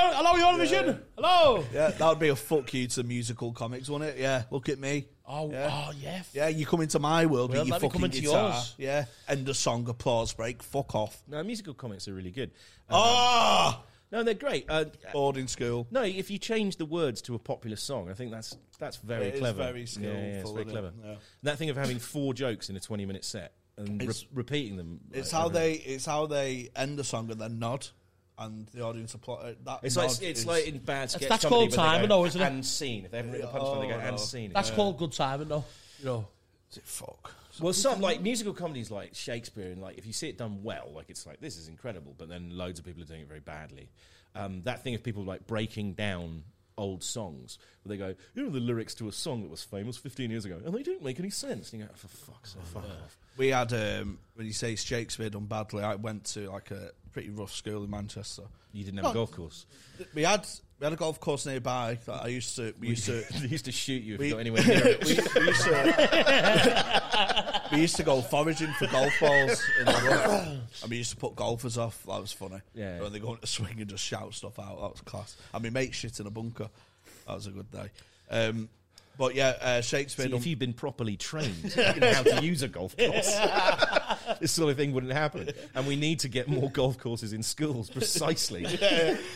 hello, Eurovision. Hello. yeah, that would be a fuck you to musical comics, wouldn't it? Yeah, look at me. Oh, Yeah. oh, yeah. Yeah, you come into my world Well, with your let me fucking come into guitar. yours. Yeah, end the song, applause break. Fuck off. No, musical comics are really good. Uh, Ah, no, they're great. Uh, boarding school. no, if you change the words to a popular song, I think that's that's very It is clever. very Yeah, yeah, it's skillful, very isn't it? clever. Yeah. And That thing of having four jokes in a twenty-minute set and re- It's- repeating them. It's like, how every- they. It's how they end the song and then nod, and the audience applaud. uh, That It's nod like it's is- like in bad sketch that's comedy called where they timing, go, though, isn't it? And scene. If they haven't written a punchline, they go Oh, and no. scene. That's Yeah. called good timing, though. You know. fuck. Well, some like musical comedies like Shakespeare, and like if you see it done well, like it's like this is incredible. But then loads of people are doing it very badly. Um, that thing of people like breaking down old songs, where they go, "Here are the lyrics to a song that was famous 15 years ago," and they don't make any sense. And you go, "Oh, "For fuck's sake, fuck off." We had um, when you say Shakespeare done badly. I went to like a pretty rough school in Manchester. You didn't have a golf course. We had we had a golf course nearby that I used to. We used to. they used to shoot you if we- you got anywhere near it. we, we used to we used to go foraging for golf balls in the rough, and we used to put golfers off. That was funny. Yeah. when they go into swing and just shout stuff out, that was class. And we make shit in a bunker. That was a good day. Um, but yeah, uh, Shakespeare. See, done- if you'd been properly trained in how to use a golf course, this sort of thing wouldn't happen. And we need to get more golf courses in schools, precisely.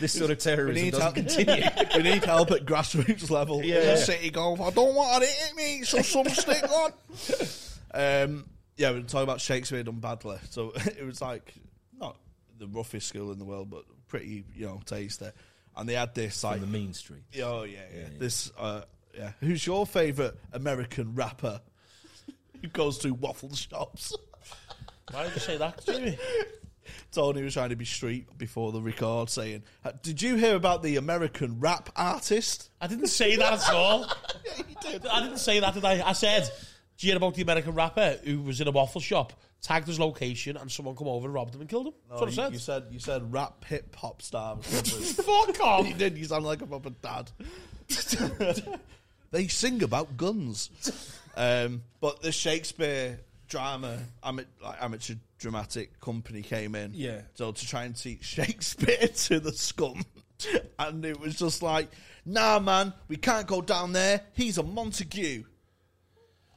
This sort of terrorism need doesn't help. continue. we need help at grassroots level. Yeah, Yeah, yeah. City golf. I don't want it hit me. So some stick on. Um, yeah, we were talking about Shakespeare done badly. So it was like not the roughest school in the world, but pretty you know taste there. And they had this like On the mean street. yeah, oh yeah, yeah. This uh, yeah. Who's your favorite American rapper? Who goes to waffle shops? Why did you say that, Jamie? Tony was trying to be street before the record, saying, "Uh, "Did you hear about the American rap artist?" I didn't say that at all. Yeah, you did. I didn't say that, did I? I said, do you hear about the American rapper who was in a waffle shop, tagged his location, and someone come over and robbed him and killed him? No, That's you, what I Oh, you said. said you said rap hip hop star. or something. Fuck off. you did. You sound like a proper dad. they sing about guns, um, but the Shakespeare drama ama- like amateur dramatic company came in. Yeah. So to try and teach Shakespeare to the scum. And it was just like, nah, man, we can't go down there. He's a Montague.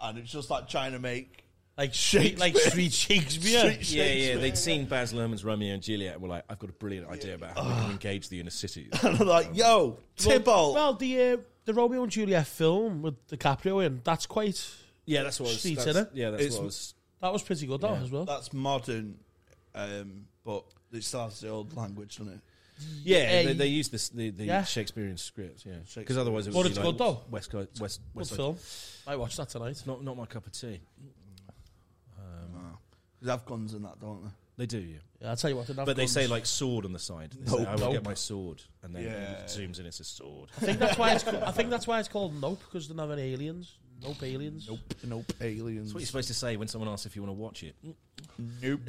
And it's just like trying to make Like street, like street Shakespeare. Street Yeah, yeah. Shakespeare. They'd seen Baz Luhrmann's Romeo and Juliet and were like, I've got a brilliant idea about how we can engage the inner city. And I'm like, yo, Tybalt. Well, the uh, the Romeo and Juliet film with DiCaprio in that's quite yeah, that's what I was... Street, that's- innit? Yeah, that's It's- what I was... that was pretty good that as well. That's modern, um, but it still has the old language, doesn't it? Yeah, Yeah, they, you- they used this, the, the Yeah. Shakespearean script, yeah. Because Shakespeare. otherwise it But would it's be good, like though. West, Co- West, Good West Side. film. I watched that tonight. It's not, not my cup of tea. Because they have guns and that, don't they? They do, yeah. Yeah, I'll tell you what, didn't have But they guns. say like sword on the side. They say, I will get my sword, and then Yeah. it zooms in. It's a sword. I think that's why it's ca- I think that's why it's called Nope because they don't have any aliens. Nope aliens. Nope. Aliens. That's what you're supposed to say when someone asks if you want to watch it. Nope.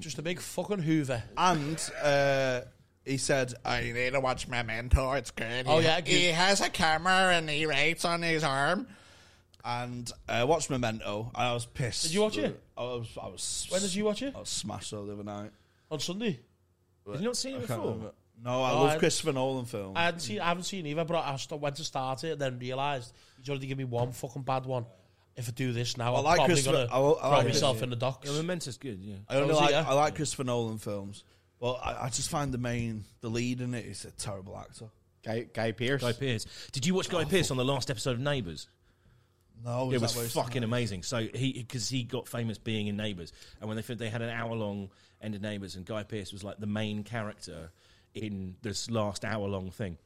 Just a big fucking Hoover. And uh, he said, I need to watch Memento. It's good. Oh, He- yeah, He good. has a camera and he writes on his arm. And I watched Memento. And I was pissed. Did you watch it? I was. I was When did you watch it? I was smashed though the other night. On Sunday. Have you not seen it before? No, I Oh, love I- Christopher Nolan films. I hadn't seen I haven't seen either, but I st- went to start it and then realised he's already given me one fucking bad one. if I do this now, I'm like probably Christopher- gonna I will- I throw like myself Christopher- in the docks. Yeah, Memento's good, yeah. I only Oh, is like he, yeah? I like Christopher Nolan films, but I, I just find the main the lead in it is a terrible actor. Guy, Guy Pierce. Guy Pearce. Did you watch Guy Pearce on the last episode of Neighbours? No, It is that was where it's- fucking amazing. So he because he got famous being in Neighbours, and when they fin- they had an hour long end of Neighbours, and Guy Pearce was like the main character in this last hour long thing.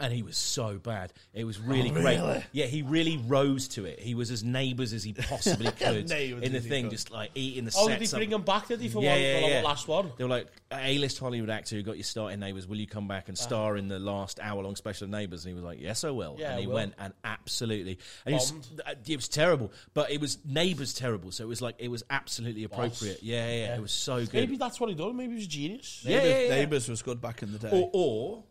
And he was so bad. It was really great. Yeah, he really rose to it. He was as neighbours as he possibly could Neighbours in the as he thing, could. just like eating the oh, set did he bring him back? Did he for Yeah, one, yeah, for yeah. the last one? They were like, A-list Hollywood actor who got your start in Neighbours, will you come back and star in the last hour-long special of Neighbours? And he was like, yes, I will. Uh-huh. Yeah, and I he will. went and absolutely... And he was, uh, it was terrible, but it was Neighbours terrible, so it was like, it was absolutely appropriate. Yeah, yeah, yeah, it was so good. Maybe that's what he done. Maybe he was a genius. yeah, Neighbours, yeah, yeah. Neighbours was good back in the day. Or, or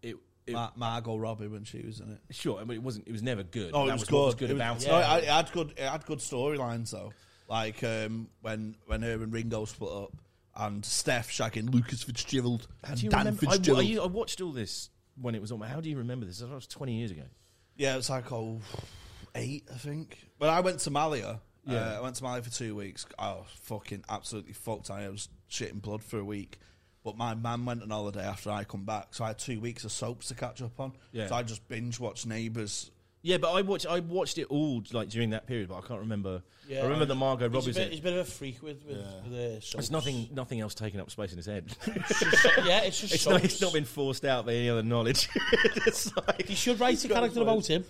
it, it Ma- Margot Robbie when she was in it. sure, I mean, it wasn't, it was never good. No, Oh, that it was was good. what was good It was- about it. No, it, had- it had good. It had good storylines though. Like um, when when her and Ringo split up, and Steph shagging Lucas Fitzgerald and Do you Dan remember? I, Fitzgerald. I- I watched all this when it was on. How do you remember this? That was 20 years ago. Yeah, it's like oh eight, I think. But I went to Malia. Yeah. Uh, I went to Malia for two weeks. I was fucking absolutely fucked. I was shitting blood for a week. But my man went on holiday after I come back, so I had two weeks of soaps to catch up on. Yeah. So I just binge watched Neighbours. Yeah, but I watched I watched it all like during that period, but I can't remember. Yeah. I remember the Margot He's a, Robbie. bit, he's bit. a bit of a freak with with, with uh, soaps. There's nothing nothing else taking up space in his head. yeah, it's just it's, not, it's soaps. not been forced out by any other knowledge. it's like He should write a character about him.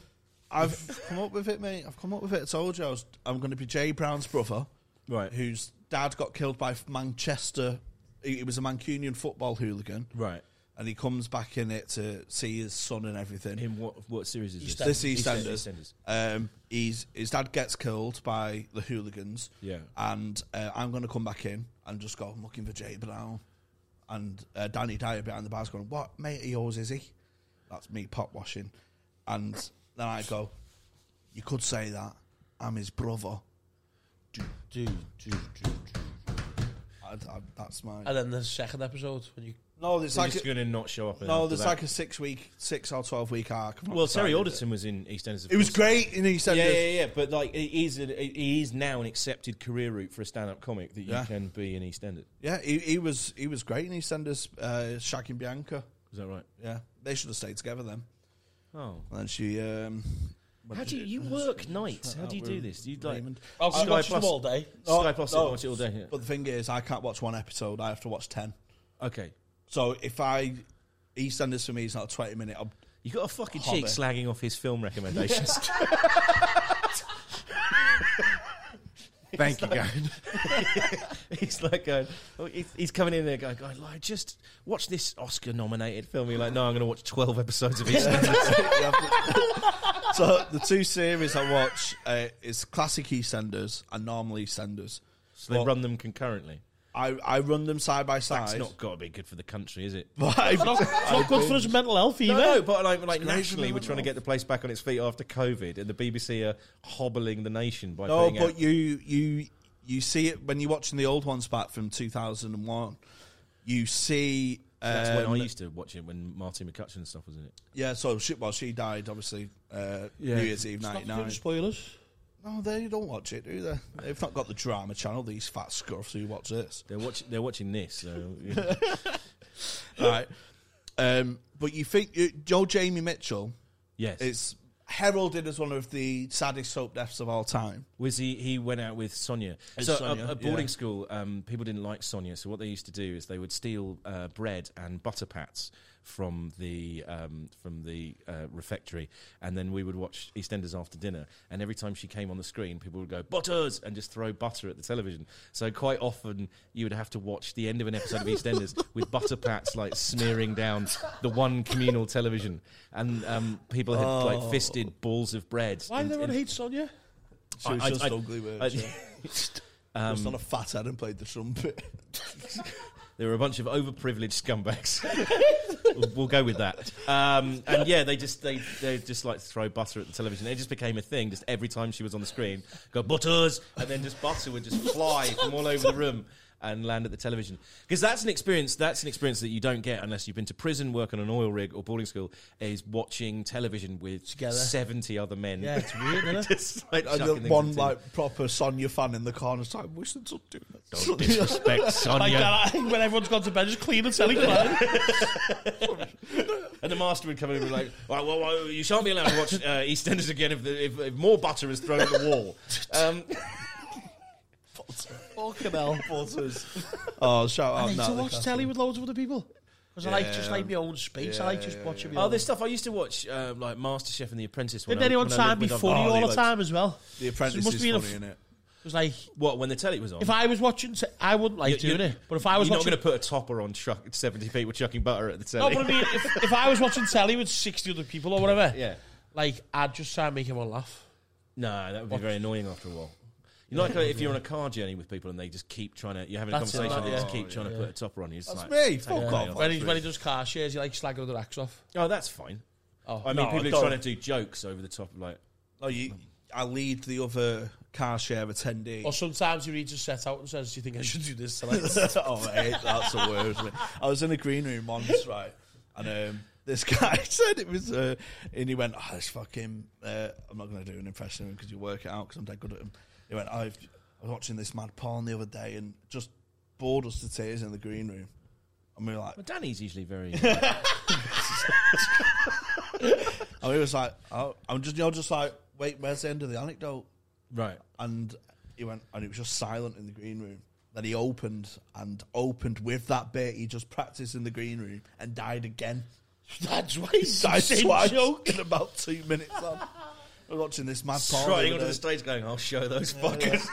I've come up with it, mate. I've come up with it. I told you I was. I'm going to be Jay Brown's brother, right, whose dad got killed by Manchester. He, he was a Mancunian football hooligan, right. and he comes back in it to see his son and everything. In what what series is Eastenders. this this? EastEnders. EastEnders. Um, he's, his dad gets killed by the hooligans. Yeah. And uh, I'm going to come back in and just go, I'm looking for Jay Brown. And uh, Danny Dyer behind the bar's going, What mate of yours is he? That's me pot washing. And then I go, You could say that. I'm his brother. I, I, that's mine. And then the second episode when you No, there's They're like just a, going to not show up. no, after there's that. like a six week, six or twelve week arc. I've not well, Terry decided. Alderton was in EastEnders. of It was course. great, and he said, Yeah, this- yeah, yeah. But like, it is a, it is now an accepted career route for a stand-up comic that you Yeah. can be in EastEnders. Yeah, he, he was he was great, and he sent us uh, Shaq and Bianca. Is that right? Yeah, they should have stayed together then. Oh. And then she. Um, went How to do you, you work nights? How do you do this? Do you like Raymond. oh, Sky she watches them Plus- all day. Sky Plus? no. Watch it all day. yeah. But the thing is, I can't watch one episode. I have to watch ten. Okay. So if I EastEnders for me is not a twenty minute. I'm, You got a fucking Hobbit. cheek slagging off his film recommendations. Thank you, God. he's like going, oh, he's, he's coming in there going, going, like, just watch this Oscar-nominated film. You're like, no, I'm going to watch 12 episodes of EastEnders. so the two series I watch uh, is classic EastEnders and normal EastEnders. so they Well- run them concurrently. I I run them side by Ah, It's side. not got to be good for the country, is it? but I- It's not, it's not good for his mental health either. No, no, but like, like great nationally, for we're trying to get the place back on its feet after COVID, and the BBC are hobbling the nation by No, putting but out. you you you see it when you're watching the old ones back from 2001. You see, That's um, when I used to watch it when Martin McCutcheon and stuff was in it. yeah. So she, well, she died obviously uh, Yeah. New Year's Eve Not '99. doing spoilers. No, they don't watch it, do they? They've not got the drama channel. These fat scruffs who watch this, They're watching. They're watching this. So, right? Um, but you think you, Joe Jamie Mitchell yes, is heralded as one of the saddest soap deaths of all time. Was he? He went out with Sonia. So Sonia, at, at boarding yeah. school, um, people didn't like Sonia. So what they used to do is they would steal uh, bread and butter pats from the um, from the uh, refectory, and then we would watch EastEnders after dinner. And every time she came on the screen, people would go butters and just throw butter at the television. So quite often you would have to watch the end of an episode of EastEnders with butter pats like smearing down the one communal television, and um, people had like fisted balls of bread. Why in- did everyone in- hate Sonia? She was I- just I- ugly, weren't I- um, she? Just on a fat head and played the trumpet. They were a bunch of overprivileged scumbags. we'll, we'll go with that. Um, and yeah, they just they they just like throw butter at the television. It just became a thing. Just every time she was on the screen, go butters, and then just butter would just fly from all over the room. and land at the television because that's an experience. That's an experience that you don't get unless you've been to prison, work on an oil rig, or boarding school. Is watching television with Together. seventy other men. Yeah, it's weird, isn't it? Just, like, And chucking the things one into- like proper Sonya fan in the corner saying, "Wish them not do that." Don't disrespect Like Sonia. that, when everyone's gone to bed, just clean the telly fine. And the master would come in and be like, well, well, well, you shan't be allowed to watch uh, EastEnders again if, the, if, if more butter is thrown at the wall. Um, Fucking hell. Oh, shout out! I need to Natalie watch Cass- telly with loads of other people. Because I like just like my own space. I like just watching my oh, own. there's stuff I used to watch, uh, like MasterChef and The Apprentice. When Didn't I- anyone when I try and lived be with- funny Oh, all the loads. time as well? The Apprentice must is be funny in a in it. It was like, What, when the telly was on? if I was watching, t- I wouldn't like You- you- doing it. But if I was You're watching. not going to put a topper on truck 70 people chucking butter at the No, telly. but I mean, if, if I was watching telly with 60 other people or whatever, yeah. like, I'd just try and make everyone laugh. No, that would be very annoying after a while. You know, like uh, if you're on a car journey with people and they just keep trying to, you're having a That's it, conversation, and they yeah. just keep trying to put a topper on you. It's like, That's me. Fuck off. When he, when he does car shares, he like slagging other acts off. Oh, that's fine. Oh, I mean, no, people I are don't. trying to do jokes over the top, like, Oh, you, I lead the other car share attendee. Or sometimes he reads a set out and says, Do you think I should do this tonight? oh, mate, that's a word. mate. I was in a green room once, right, and um, this guy said it was, uh, and he went, "Oh, this fucking." Uh, I'm not going to do an impression of him because you work it out because I'm dead good at him. He went, "I've I was watching this mad porn the other day and just bored us to tears in the green room." And we were like, well, Danny's usually very. and he was like, oh, I'm just, you're just like, wait, where's the end of the anecdote? right. and he went and it was just silent in the green room. Then he opened and opened with that bit he just practiced in the green room and died again. That's why he's Died such a twice joke. in about two minutes. On. We're watching this mad porn. Trotting the onto other the day. stage going, I'll show those fuckers.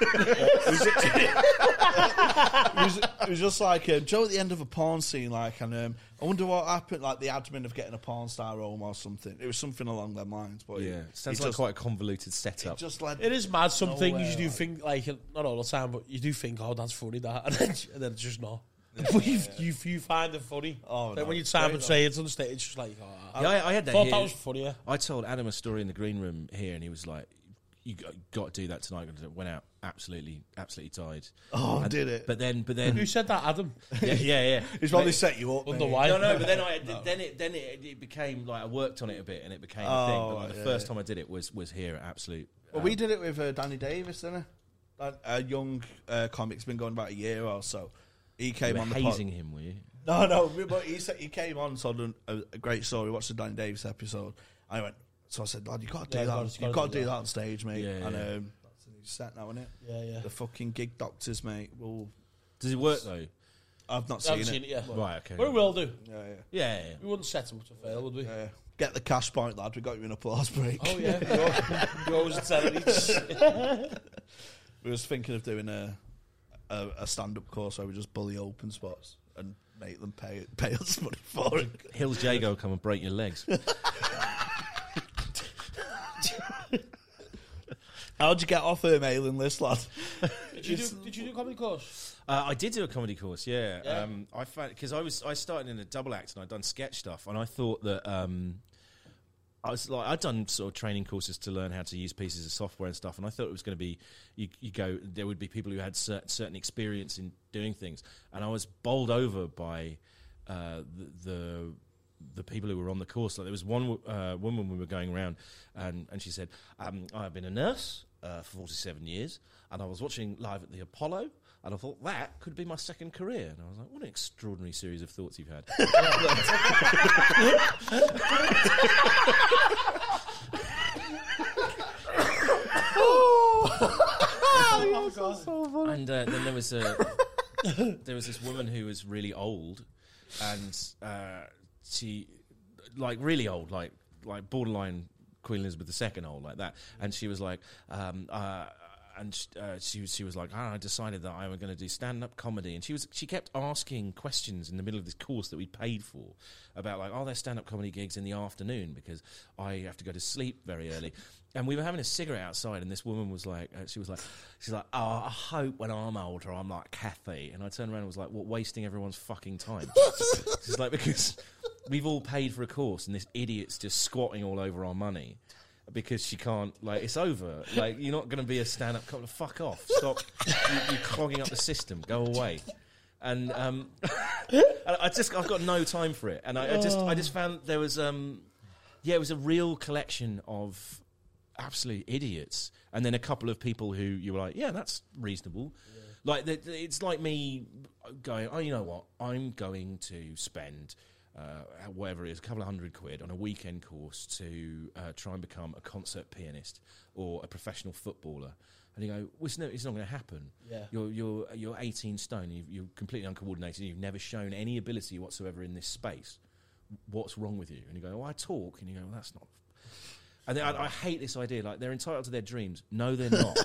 it, was, it was just like um, Joe at the end of a porn scene. Like, and um, I wonder what happened. Like the admin of getting a porn star home or something. It was something along them lines. But he- Yeah, sounds he like just, quite a convoluted setup. Just like It is mad. Some No things way, you do like- think, like, not all the time, but you do think, oh, that's funny, that. And then, and then it's just not. But you, you, you find it funny. Oh, Like, no, when you it's time great, and say it's on stage, it's just like, oh, I yeah, I, I had that. thought Here. that was funnier. I told Adam a story in the green room here, and he was like, "You got, got to do that tonight." And I Went out, absolutely, absolutely died. oh, And- did it? But then, but Who then, said that, Adam? yeah, yeah, yeah. He's probably set you up. Wonder mate. why. No, no, but then I then it then it, it became like I worked on it a bit, and it became a thing. But like, Oh, the yeah, first yeah. time I did it was was here at Absolute. Well, we did it with uh, Danny Davis, didn't we? A- A young uh, comic's been going about a year or so. He You came were on the hazing him, were you? pod. No, no, we- but he said he came on, told an- a, a great story. We watched the Danny Davis episode. I went, so I said, lad, you got to do Yeah, that. you gotta- you you got gotta to do do that." that on stage, mate. Yeah, and yeah. Um, that's a new set now, isn't it? Yeah, yeah. The fucking gig doctors, mate. Well, Does it work though? I've not I seen, haven't seen it. it yet. Right, okay. But it will do. Yeah, yeah. Yeah, yeah, yeah. We wouldn't set him up to fail, would we? Yeah. Get the cash point, lad. We got you an applause break. Oh, yeah. you always tell him he's- We was thinking of doing a a, a stand up course where we just bully open spots and make them pay pay us money for it. Hills Jago come and break your legs. How'd you get off her mailing list, lad? Did you do, did you do comedy course? Uh, I did do a comedy course, yeah. Yeah. Um, I found because I was I started in a double act and I'd done sketch stuff, and I thought that um, I was like I'd done sort of training courses to learn how to use pieces of software and stuff, and I thought it was going to be you, you go there would be people who had cer- certain experience in doing things, and I was bowled over by uh, the. the the people who were on the course, like there was one uh, woman we were going around, and, and she said, um, "I've been a nurse uh, for 47 years, and I was watching live at the Apollo, and I thought that could be my second career." And I was like, "What an extraordinary series of thoughts you've had." And uh, then there was a there was this woman who was really old, and uh, she like really old, like like borderline Queen Elizabeth II old, like that. And she was like, um, uh, and sh- uh, she was- she was like, "Ah, I decided that I was going to do stand up comedy, and she was she kept asking questions in the middle of this course that we paid for about like, are there stand up comedy gigs in the afternoon because I have to go to sleep very early. And we were having a cigarette outside, and this woman was like, uh, she was like, she's like, oh, I hope when I'm older, I'm like Kathy. And I turned around and was like, what, wasting everyone's fucking time? she's like, because we've all paid for a course, and this idiot's just squatting all over our money. because she can't. Like it's over. Like you're not going to be a stand-up couple. Fuck off. Stop. you, you're clogging up the system. Go away. And um, and I just I've got no time for it. And I, I just I just found there was um, yeah, it was a real collection of absolute idiots, and then a couple of people who you were like, yeah, that's reasonable. Like the, the- it's like me going, oh, you know what? I'm going to spend. Uh, whatever it is, a couple of hundred quid on a weekend course to uh, try and become a concert pianist or a professional footballer, and you go, well, it's, no, it's not going to happen. Yeah. You're you're you're 18 stone. You've, you're completely uncoordinated. You've never shown any ability whatsoever in this space. What's wrong with you? And you go, oh, I talk. And you go, well, that's not and then I, I hate this idea. Like they're entitled to their dreams. No, they're not.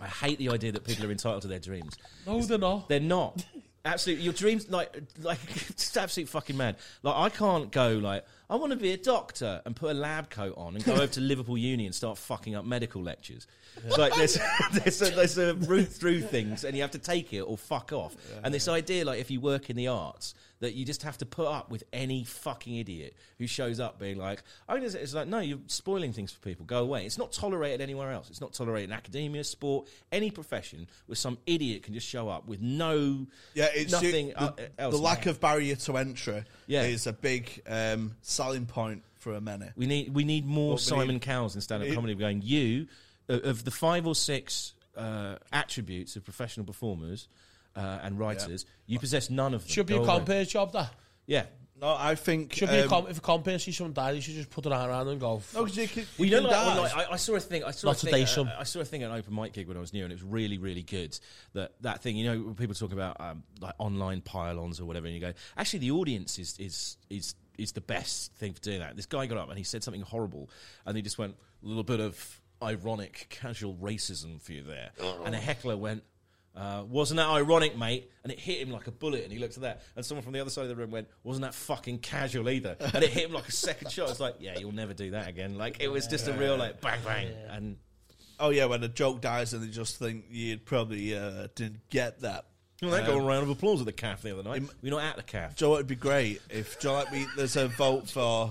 I hate the idea that people are entitled to their dreams. No, they're not. They're not. Absolutely, your dreams like like just absolute fucking mad. Like I can't go like I want to be a doctor and put a lab coat on and go over to Liverpool Uni and start fucking up medical lectures. Like there's there's a, there's a route through things and you have to take it or fuck off. And this idea like if you work in the arts that you just have to put up with any fucking idiot who shows up being like, I mean, it's, it's like, no, you're spoiling things for people. Go away. It's not tolerated anywhere else. It's not tolerated in academia, sport, any profession where some idiot can just show up with no, Yeah, it's nothing the, uh, the else. lack of barrier to entry Yeah. is a big um, selling point for a many. We need we need more What we Simon need- Cowell's in stand-up it- comedy. Going, you uh, of the five or six uh, attributes of professional performers uh, and writers, you possess none of them. Should be Go a away. compare job, that. Yeah, No, I think Should be a um, comp- if a compare sees someone die, you should just put an arm around and go. No, because you can, Well, you you know, can like, well, die. like, I, I saw a thing. I saw Not a thing. today, uh, some. I, saw a thing at an open mic gig when I was new, and it was really, really good. That that thing, you know, when people talk about um, like online pylons or whatever, and you go, actually, the audience is is is is the best thing for doing that. This guy got up and he said something horrible, and he just went a little bit of ironic, casual racism for you there, and a heckler went. Uh, wasn't that ironic, mate? And it hit him like a bullet, and he looked at that. And someone from the other side of the room went, "Wasn't that fucking casual either?" And it hit him like a second shot. It's like, yeah, you'll never do that again. Like it was just a real like bang bang. And oh yeah, when a joke dies and they just think you probably uh, didn't get that. well, that got a round of applause at the calf the other night. We're not at the calf. Joe, it'd be great if Joe like we there's a vote for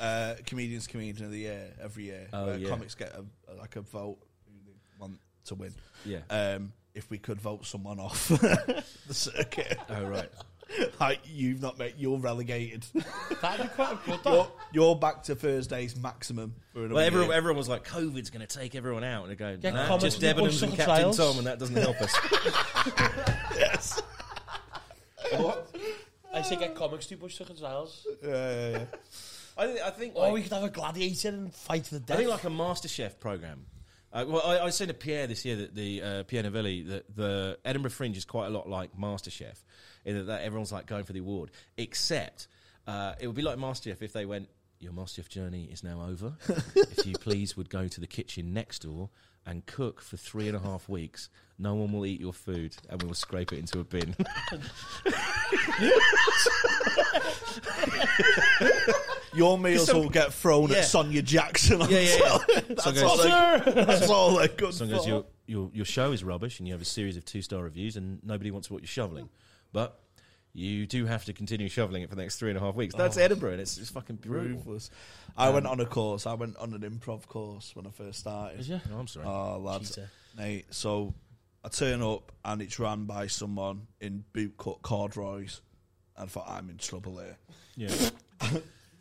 uh, comedians comedian of the year every year. Oh, where yeah. Comics get a, like a vote who they want to win. Yeah. Um, if we could vote someone off the circuit, Oh right. like you've not met, you're relegated. That'd be quite a good. that. you're, you're back to Thursday's maximum. For another Well, everyone, year. everyone was like, "COVID's going to take everyone out," and they go, Yeah, nah, Common's "Just people Debenhams and sort Captain trials." Tom, and that doesn't help us." I say get comics to push the trials. Yeah, yeah, yeah. I, think- I think. Or like- Oh, we could have a gladiator and fight to the I death. think like a MasterChef program. Uh, well, I, I said to Pierre this year that the uh, Pierre Novelli that the Edinburgh Fringe is quite a lot like MasterChef, in that, that everyone's like going for the award, except uh, it would be like MasterChef if they went, "Your MasterChef journey is now over. if you please would go to the kitchen next door and cook for three and a half weeks, no one will eat your food, and we will scrape it into a bin." Your meals some- all get thrown Yeah. at Sonia Jackson. on Yeah, yeah, yeah. telly. Someone That's, goes- all they, that's all they're good Someone goes, for. your, your, your show is rubbish and you have a series of two star reviews and nobody wants what you're shoveling. But you do have to continue shoveling it for the next three and a half weeks. That's Edinburgh and it's, it's fucking brutal. Ruthless. I went on a course. I went on an improv course when I first started. Um, Did you? No, I'm sorry. Oh, lads. Cheater. Mate, so I turn up and it's run by someone in bootcut corduroys. And I thought, I'm in trouble here. yeah.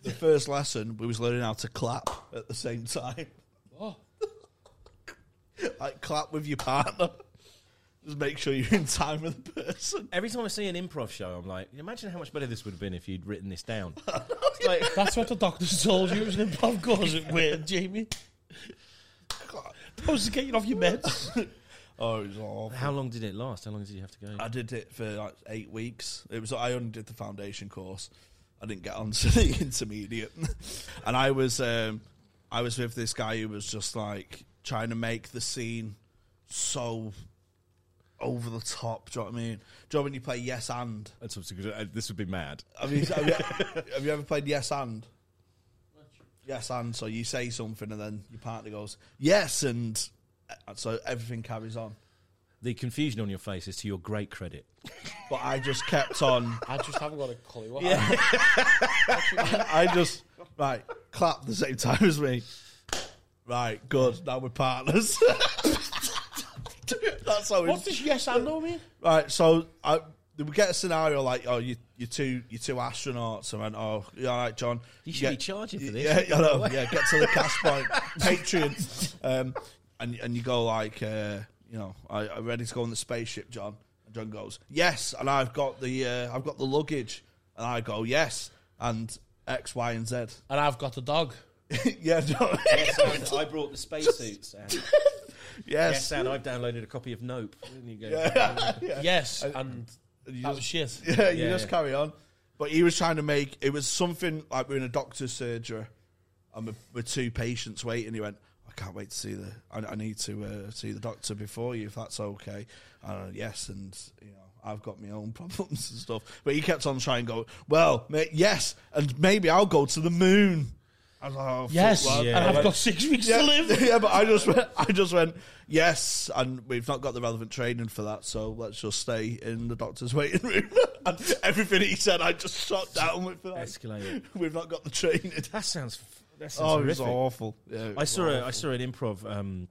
The first lesson, we was learning how to clap at the same time. Oh. like, clap with your partner. Just make sure you're in time with the person. Every time I see an improv show, I'm like, imagine how much better this would have been if you'd written this down. It's like, That's what the doctors told you. It was an improv course at weird, Jamie. Supposed to get you off your meds. Oh, it was awful. how long did it last? How long did you have to go? I did it for like eight weeks. It was I only did the foundation course. I didn't get on to the intermediate, and I was um, I was with this guy who was just like trying to make the scene so over the top. Do you know what I mean? Do you know when you play Yes and? That's obviously good. Uh, This would be mad. Have you, have you, have you ever played Yes and? Yes and. So you say something, and then your partner goes Yes, and and so everything carries on. The confusion on your face is to your great credit. But I just kept on. I just haven't got a clue. What I just right clap the same time as me. Right, good. Now we're partners. That's how we. What does yes and no mean? Right, so I, we get a scenario like, oh, you, you're two, you're two astronauts. I went, oh, you all right, John. You should get- be charging for this. Yeah, I know. Yeah, get to the cash point, Patreon, um, and and you go like, uh, you know, I, I'm ready to go on the spaceship, John. And John goes, yes, and I've got the uh, I've got the luggage, and I go, yes, and X, Y, and Z. And I've got the dog. yeah, John. Yes, and I brought the spacesuits. And yes, yes, and I've downloaded a copy of Nope. There you go. Yes, and And you just- that was shit. Yeah, you Yeah, just yeah. carry on. But he was trying to make it was something like we're in a doctor's surgery, and we're, we're two patients waiting. He went, "I can't wait to see the. I, I need to uh, see the doctor before you, if that's okay." Uh, yes, and you know I've got my own problems and stuff. But he kept on trying, to go well, mate, yes, and maybe I'll go to the moon. I was like, oh, fuck, Yes, well, Yeah. I and I've went, got six weeks yeah, to live. yeah, but I just went, I just went yes, and we've not got the relevant training for that, so let's just stay in the doctor's waiting room. and everything he said, I just shot down with that. Escalated. We've not got the training. That sounds. f- That sounds Oh, it was horrific. awful. Yeah, it I was saw a, I awful. saw an improv. Um,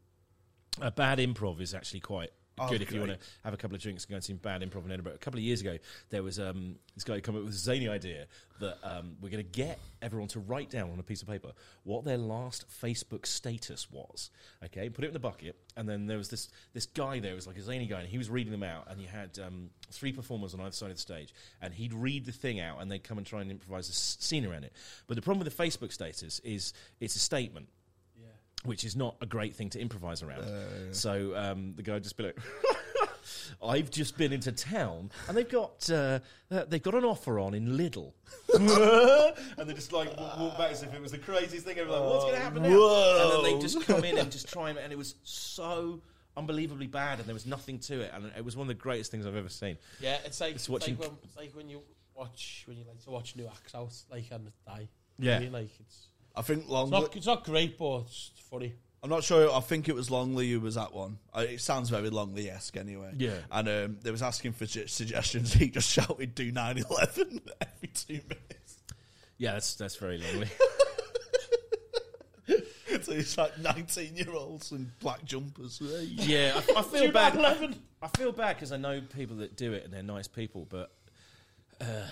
a bad improv is actually quite Oh, good if you great. want to have a couple of drinks and go and see bad improv in Edinburgh. A couple of years ago, there was um, this guy who came up with a zany idea that um, we're going to get everyone to write down on a piece of paper what their last Facebook status was. Okay, put it in the bucket, and then there was this this guy there who was like a zany guy, and he was reading them out, and you had um, three performers on either side of the stage, and he'd read the thing out, and they'd come and try and improvise a s- scene around it. But the problem with the Facebook status is it's a statement which is not a great thing to improvise around. So um, the guy just be like, "I've just been into town, and they've got uh, uh, they've got an offer on in Lidl," and they just like wa- walk back as if it was the craziest thing ever. Like, what's going to happen now? And then they just come in and just try and, and it was so unbelievably bad, and there was nothing to it, and it was one of the greatest things I've ever seen. Yeah, it's like It's it's, watching- like when, it's like when you watch when you like to watch new acts out, like and die. Yeah. I mean, like it's, I think it's Longley. not it's not great, but it's funny. I'm not sure. I think it was Longley who was that one. Uh, It sounds very Longley-esque, anyway. Yeah. And um, they was asking for su- suggestions. He just shouted, "Do 9/11 every two minutes. Yeah, that's that's very lovely. so it's like 19-year-olds in black jumpers. Hey. yeah, I, I feel Two bad. nine eleven. I feel bad because I know people that do it and they're nice people, but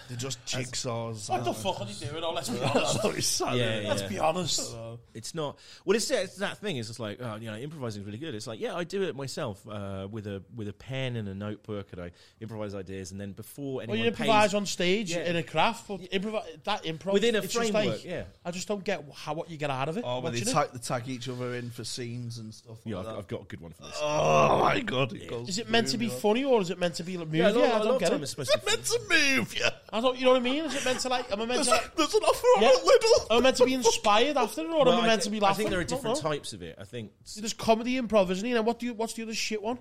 They're just jigsaws. uh, What the fuck are they doing? Oh, let's be honest. yeah, yeah. Let's be honest. It's not. Well, it's, it's that thing. It's just like oh, you know, improvising is really good. It's like yeah, I do it myself uh, with a with a pen and a notebook, and I improvise ideas, and then before Well, anyone you pays, improvise on stage Yeah. in a craft, but improv that improv Within a it's just framework, like, yeah. I just don't get how what you get out of it. Oh, where they watching it. tag, they tag each other in for scenes and stuff. yeah, like I've, that. I've got a good one for this. Oh my god! It goes Is it meant to be through, funny or is it meant to be like movie? yeah, a lot, I a lot don't of get time, it. especially. It's meant to move you. I don't. You know what I mean? Is it meant to like? Am I meant There's, to? Like, there's an offer on Yeah. at Lidl. am I meant to be inspired after it, or Well, am I I, meant thi- to be I laughing? think there are I don't different know. types of it. I think There's comedy improv, isn't there? And what do you? What's the other shit one?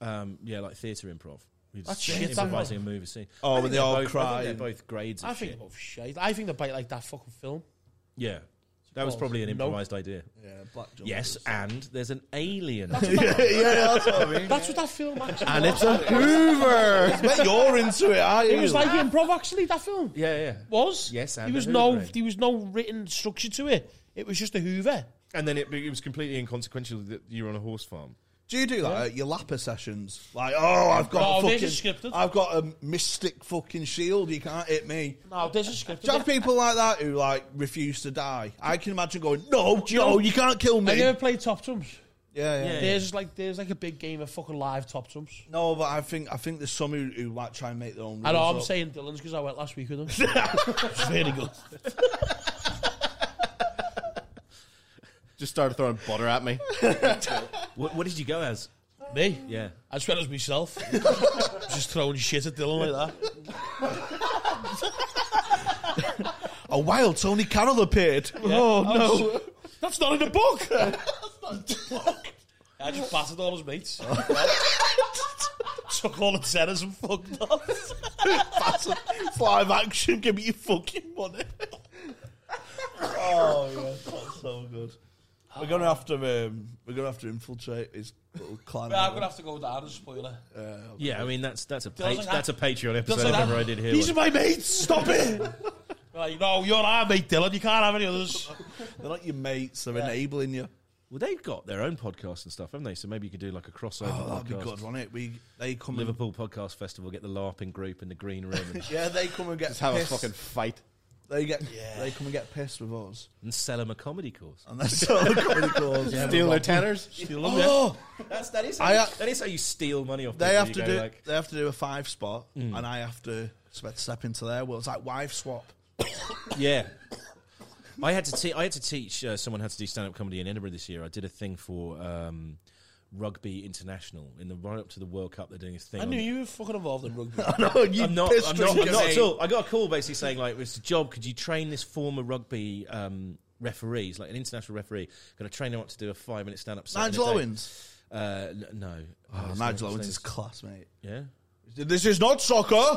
um, yeah, like theatre improv. You That's just shit, that improvising a movie scene. Oh, I when think they they're all both, I cry think and- they're both grades. Of I think shit. about shit. I think they bite like that fucking film. yeah, that was called? probably an Nope. improvised idea. Yeah, black jumpers. Yes, and there's an alien. That's what that film actually. And it's a Hoover. Mate, you're into it, are you? It was like improv actually. That film yeah, yeah. was. Yes, and there was the no. Hoover. There was no written structure to it. It was just a Hoover. And then it, it was completely inconsequential that you were on a horse farm. Do you do that at your lapper sessions? Like, oh, I've got No, a these are fucking, scripted. I've got a mystic fucking shield. You can't hit me. No, there's a script. Do you have people like that who like refuse to die? I can imagine going, no, you no, know- you can't kill me. Have you Yeah, ever played Top Trumps? yeah. Yeah. There's like there's like a big game of fucking live Top Trumps. No, but I think I think there's some who, who like try and make their own. I know rules I'm up. saying Dylan's because I went last week with him. it's really good. Just started throwing butter at me. What, what did you go as? Me? Yeah. I just went as myself. just throwing shit at Dylan like that. A wild Tony Carroll appeared. Oh no. That's not in the book. That's not in the book. I just battered all his mates. Took all the tenors and fucked off. That's a- it's live action. Give me your fucking money. oh yeah, that's so good. We're gonna have to um, we're gonna have to infiltrate his little clan. I'm gonna have to go down and spoil it. Yeah, I mean that's that's a Doesn't pa- that- that's a Patreon episode doesn't if that- ever I did hear These one. are my mates. Stop it. Like, no, you're our mate, Dylan. You can't have any others. They're not your mates. They're enabling you. Well, they've got their own podcast and stuff, haven't they? So maybe you could do like a crossover Oh, that'd be podcast. good, wouldn't it? We they come and- Liverpool Podcast Festival, get the LARPing group in the green room and, yeah, they come and get Just have a pissed. fucking fight. They get they come and get pissed with us, and sell them a comedy course. and that's all the comedy clause. Steal their tenors. Oh, That's, that, is how I, you- uh, that is how you steal money off they people. have You to go do like, Mm. they have to do a five spot, and I have to spe- step into their world. It's like wife swap. Yeah. I had to te- I had to teach uh, someone how to do stand up comedy in Edinburgh this year. I did a thing for um, rugby international in the run up to the World Cup. They're doing a thing. I on knew the- you were fucking involved in rugby. no, you I'm not. pissed I'm not, us I'm not off. at all. I got a call basically saying like, "It's a job. Could you train this former rugby um, referee, he's like an international referee, going to train him up to do a five minute stand up?" Nigel Owens. Uh, n- no. Oh, His Nigel name- Owens his is class, mate. name is- This is not soccer. Nah,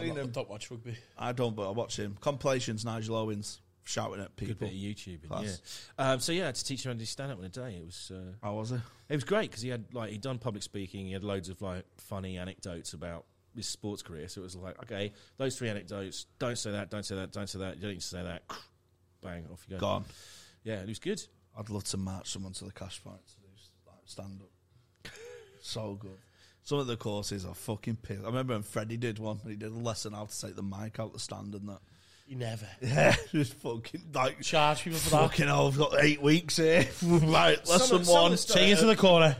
I'm not, I don't watch rugby. I don't, but I watch him. Compilations, Nigel Owens shouting at Yeah. Good people. bit of YouTubing. Class. Yeah. Um, so yeah, I had to teach him how to do stand up in a day. It was. Uh, How was it? It was great because he had like he'd done public speaking. He had loads of like funny anecdotes about his sports career. So it was like, okay, those three anecdotes. Don't say that. Don't say that. Don't say that. You don't need to say that. Bang, off you go. Gone. Yeah, and it was good. I'd love to match someone to the cash point to do s- like stand up. so good. Some of the courses are fucking piss. I remember when Freddie did one and he did a lesson how to take the mic out the stand and that. You never. Yeah, just fucking like Charge people for that. fucking hell, I've got eight weeks here. right, lesson of- some one. of the Take it to the corner.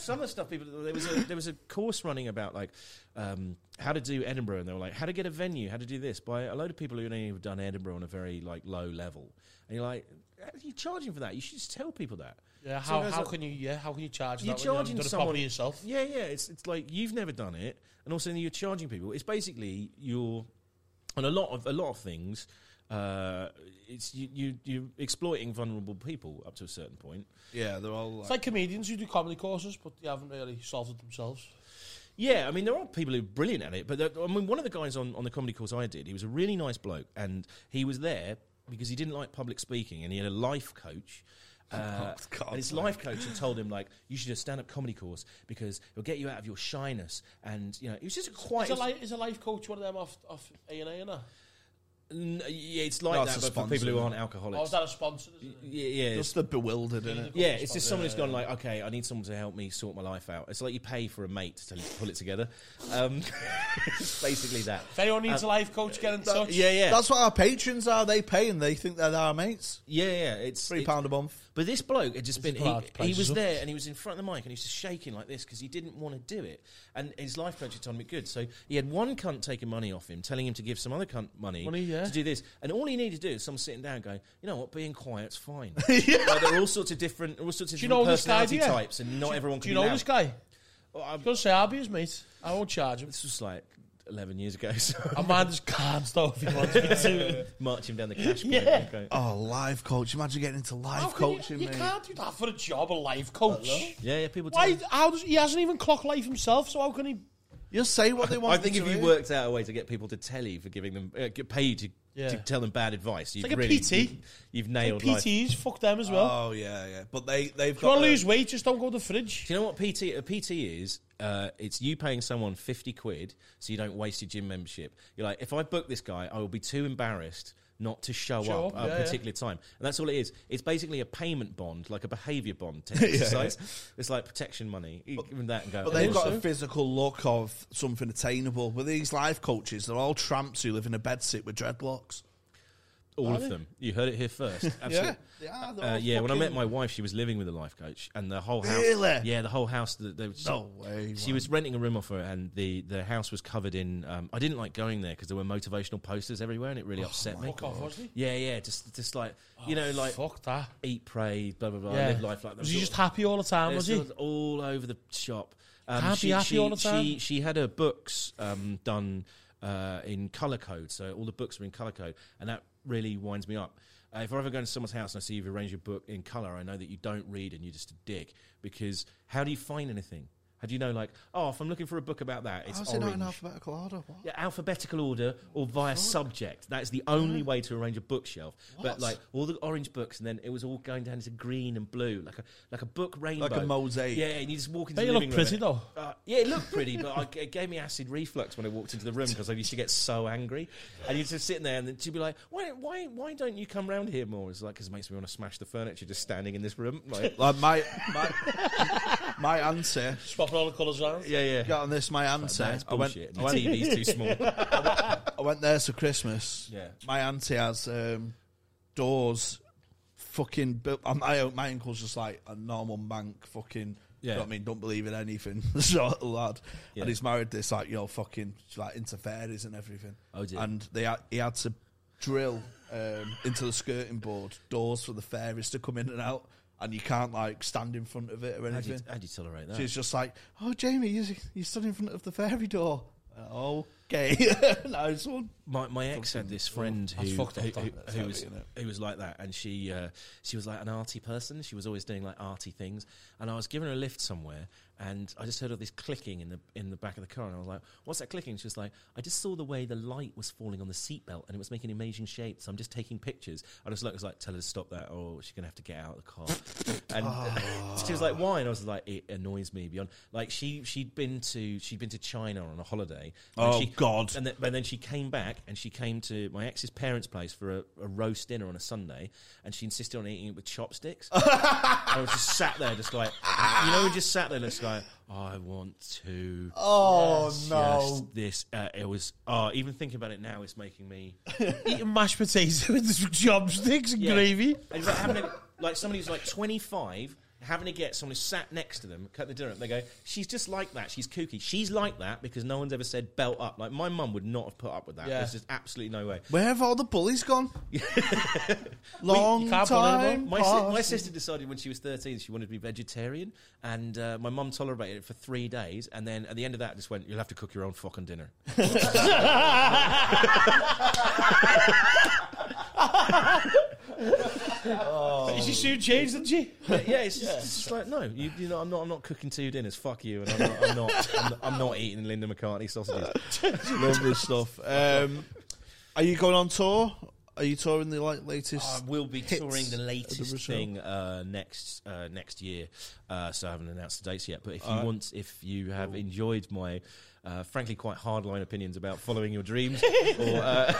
Some of the stuff people there was a, there was a course running about like um, how to do Edinburgh, and they were like how to get a venue, how to do this by a load of people who only have done Edinburgh on a very like low level. And you're like, you're charging for that. You should just tell people that. Yeah, So how, there's how a- can you? Yeah, how can you charge? You're that when you haven't charging done it someone- properly yourself. Yeah, yeah. It's it's like you've never done it, and also you're charging people. It's basically you're on a lot of a lot of things. Uh, it's you, you you're exploiting vulnerable people up to a certain point. Yeah, they're all It's like, like comedians who do comedy courses, but they haven't really solved it themselves. Yeah, I mean, there are people who are brilliant at it, but there- I mean, one of the guys on, on the comedy course I did, he was a really nice bloke, and he was there because he didn't like public speaking, and he had a life coach. Uh, God. and his life coach had told him like you should do a stand-up comedy course because it'll get you out of your shyness and you know it was just a quite Is a, li- is a life coach one of them off off A and A and that? N- yeah, it's like No, that it's a but for sponsor, people who aren't Or is alcoholics Oh, that a sponsor? Is it? yeah yeah it's- just the bewildered in it. Yeah, it's just someone who's gone like, okay, I need someone to help me sort my life out. It's like you pay for a mate to pull it together. Um, it's basically that. If anyone needs a life coach, get in touch. Uh, Yeah, yeah, That's what our patrons are. They pay and they think they're our mates. yeah, yeah. It's Three it- pound a month. But this bloke had just been, blood he, he prices was up. there and he was in front of the mic and he was just shaking like this because he didn't want to do it. And his life coach had told him it good. So he had one cunt taking money off him, telling him to give some other cunt money, Money, yeah. to do this. And all he needed to do is someone sitting down going, you know what, being quiet's fine. Like, there are all sorts of different, all sorts of Do you different know this guy, personality do you? types and not everyone Do can you be know loud. this guy? Well, I'm I'm- gonna say I'll be his mate. I won't charge him. This was like 11 years ago, so I mind his cards though if he wants me to. march him down the cash. Yeah. Going, Oh, live coach. Imagine getting into How live can you- coaching, you, mate. can't do that for a job, a life coach. yeah, yeah, people Why? do. How does he hasn't even clock life himself? So how can he? You'll say what they want. I think to if you hear. worked out a way to get people to tell you for giving them, uh, get paid to, Yeah. to tell them bad advice, you've like a really, PT. You, you've nailed life. PTs, fuck them as well. Oh yeah, yeah. But they they've if you got want to the- lose weight, just don't go to the fridge. Do you know what PT a PT is? Uh, it's you paying someone fifty quid so you don't waste your gym membership. You're like, if I book this guy, I will be too embarrassed not to show, Show up, up, at yeah, a yeah. particular time. And that's all it is. It's basically a payment bond, like a behaviour bond to exercise. It's like protection money. You give them that and go. "Oh, But they've got a physical look of something attainable. But these life coaches, they're all tramps who live in a bed sit with dreadlocks. all of them. You heard it here first. Absolutely. yeah, they're Uh, all yeah, when I met fucking- my wife, she was living with a life coach, and the whole house. Really? Yeah, the whole house. The, they, she, No way, She man. was renting a room off her, and the, the house was covered in. Um, I didn't like going there because there were motivational posters everywhere, and it Oh really upset me. Fuck off, was he? Yeah, yeah, just just like you know, like fuck that. eat, pray, blah blah blah, Yeah. live life like that. Was he just happy all the time? Was It he? was all over the shop. Um, Can't be happy she, all the She, time. she had her books um, done uh, in color code, so all the books are in color code, and that really winds me up. Uh, if I ever go into someone's house and I see you've arranged your book in color, I know that you don't read and you're just a dick because how do you find anything? How How do you know, like, oh, if I'm looking for a book about that, it's How's it orange. not in alphabetical order? What? Yeah, alphabetical order or via subject. That's the only way to arrange a bookshelf. But What? like all the orange books, and then it was all going down into green and blue, like a like a book rainbow, mosaic. Yeah, and you just walk into. They the look living pretty, room though. and- Uh, yeah, it looked pretty, but I, it gave me acid reflux when I walked into the room because I used to get so angry. And you're just sitting there, and then she'd be like, "Why, why, why don't you come round here more?" It's like because it makes me want to smash the furniture just standing in this room. Like, Like my my, my answer. Swapping all the colours around. yeah, yeah. Got on this. My answer. That's I went. bullshit. I went, The TV's too small. I went there for Christmas. Yeah. My auntie has um, doors. Fucking built. um, My my uncle's just like a normal mank. Fucking. Yeah. You know what I mean? Don't believe in anything sort of lad. Yeah. And he's married this like you know fucking like into fairies and everything. Oh, dear. And they had, he had to drill um, into the skirting board doors for the fairies to come in and out. And you can't like stand in front of it or How do you, anything. how do you tolerate that? She's just like, "Oh, Jamie, you you stood in front of the fairy door." Okay, nice one. my, my ex had this friend that's who, fucked up, who, though. who- That's who heavy, was isn't it? who was like that, and she uh, she was like an arty person. She was always doing like arty things, and I was giving her a lift somewhere, and I just heard all this clicking in the in the back of the car, and I was like, "What's that clicking?" She was like, "I just saw the way the light was falling on the seatbelt, and it was making amazing shapes. I'm just taking pictures." I just looked, I was like, "Tell her to stop that, or she's gonna have to get out of the car." and she was like, "Why?" And I was like, "It annoys me beyond." Like she she'd been to she'd been to China on a holiday. and Oh, she, God. and then, but then she came back and she came to my ex's parents' place for a, a roast dinner on a Sunday, and she insisted on eating it with chopsticks. And I was just sat there, just like you know, we just sat there, just like I want to. Oh Yes, this uh, it was. Oh, even thinking about it now is making me. Eating mashed potatoes with chopsticks and Yeah. gravy. And it's like having a, like somebody who's like twenty five having to get someone who's sat next to them cut the dinner up. They go, she's just like that. She's kooky. She's like that because no one's ever said belt up. Like my mum would not have put up with that. Yeah. There's just absolutely no way. Where have all the bullies gone? Long you can't bully time. anymore. My, si- my past. sister decided when she was 13 she wanted to be vegetarian, and uh, my mum tolerated it for three days, and then at the end of that, just went, You'll have to cook your own fucking dinner. She soon changed, didn't she? But yeah, it's just, it's just like, No, you, you know, I'm, not, I'm not cooking two dinners, fuck you, and I'm not, I'm not, I'm, I'm not eating Linda McCartney sausages. Love this stuff. Um, are you going on tour? Are you touring the like I latest? will be hits touring the latest original. thing uh, next uh, next year, uh, so I haven't announced the dates yet. But if you want, if you have enjoyed my. Uh, frankly, quite hardline opinions about following your dreams or, uh,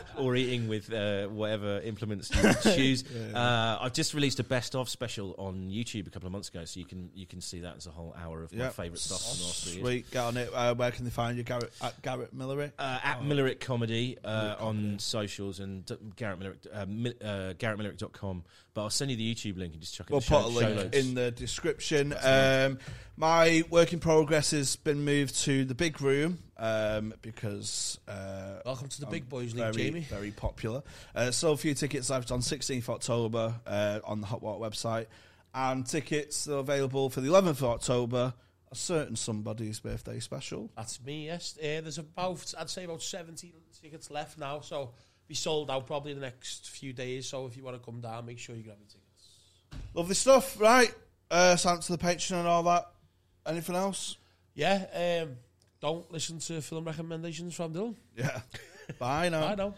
or eating with uh, whatever implements you choose. Uh, I've just released a best of special on YouTube a couple of months ago, so you can you can see that as a whole hour of my Yep. favourite stuff from the last three years Sweet, get on it. Uh, where can they find you, Garrett? At Garrett eh? Millery. uh, at Millerick Comedy uh, on socials and d- Garrett Millerick, uh, mil- uh, garrettmillerick.com. But I'll send you the YouTube link and just chuck it We'll in the show, put a show link notes. in the description. Um, my work in progress has been moved to the big room um, because uh, Welcome to the big boys very, league, Jamie. Very popular. Uh, so a few tickets left on 16th October uh, on the Hot Water website, and tickets are available for the 11th of October. A certain somebody's birthday special. That's me, yes. Uh, there's about, I'd say about 70 tickets left now, so be sold out probably in the next few days. So if you want to come down, make sure you grab your tickets. Lovely stuff, right? Uh, so to the Patreon and all that. Anything else? Yeah, um, don't listen to film recommendations from Dylan. Yeah. Bye now. I know.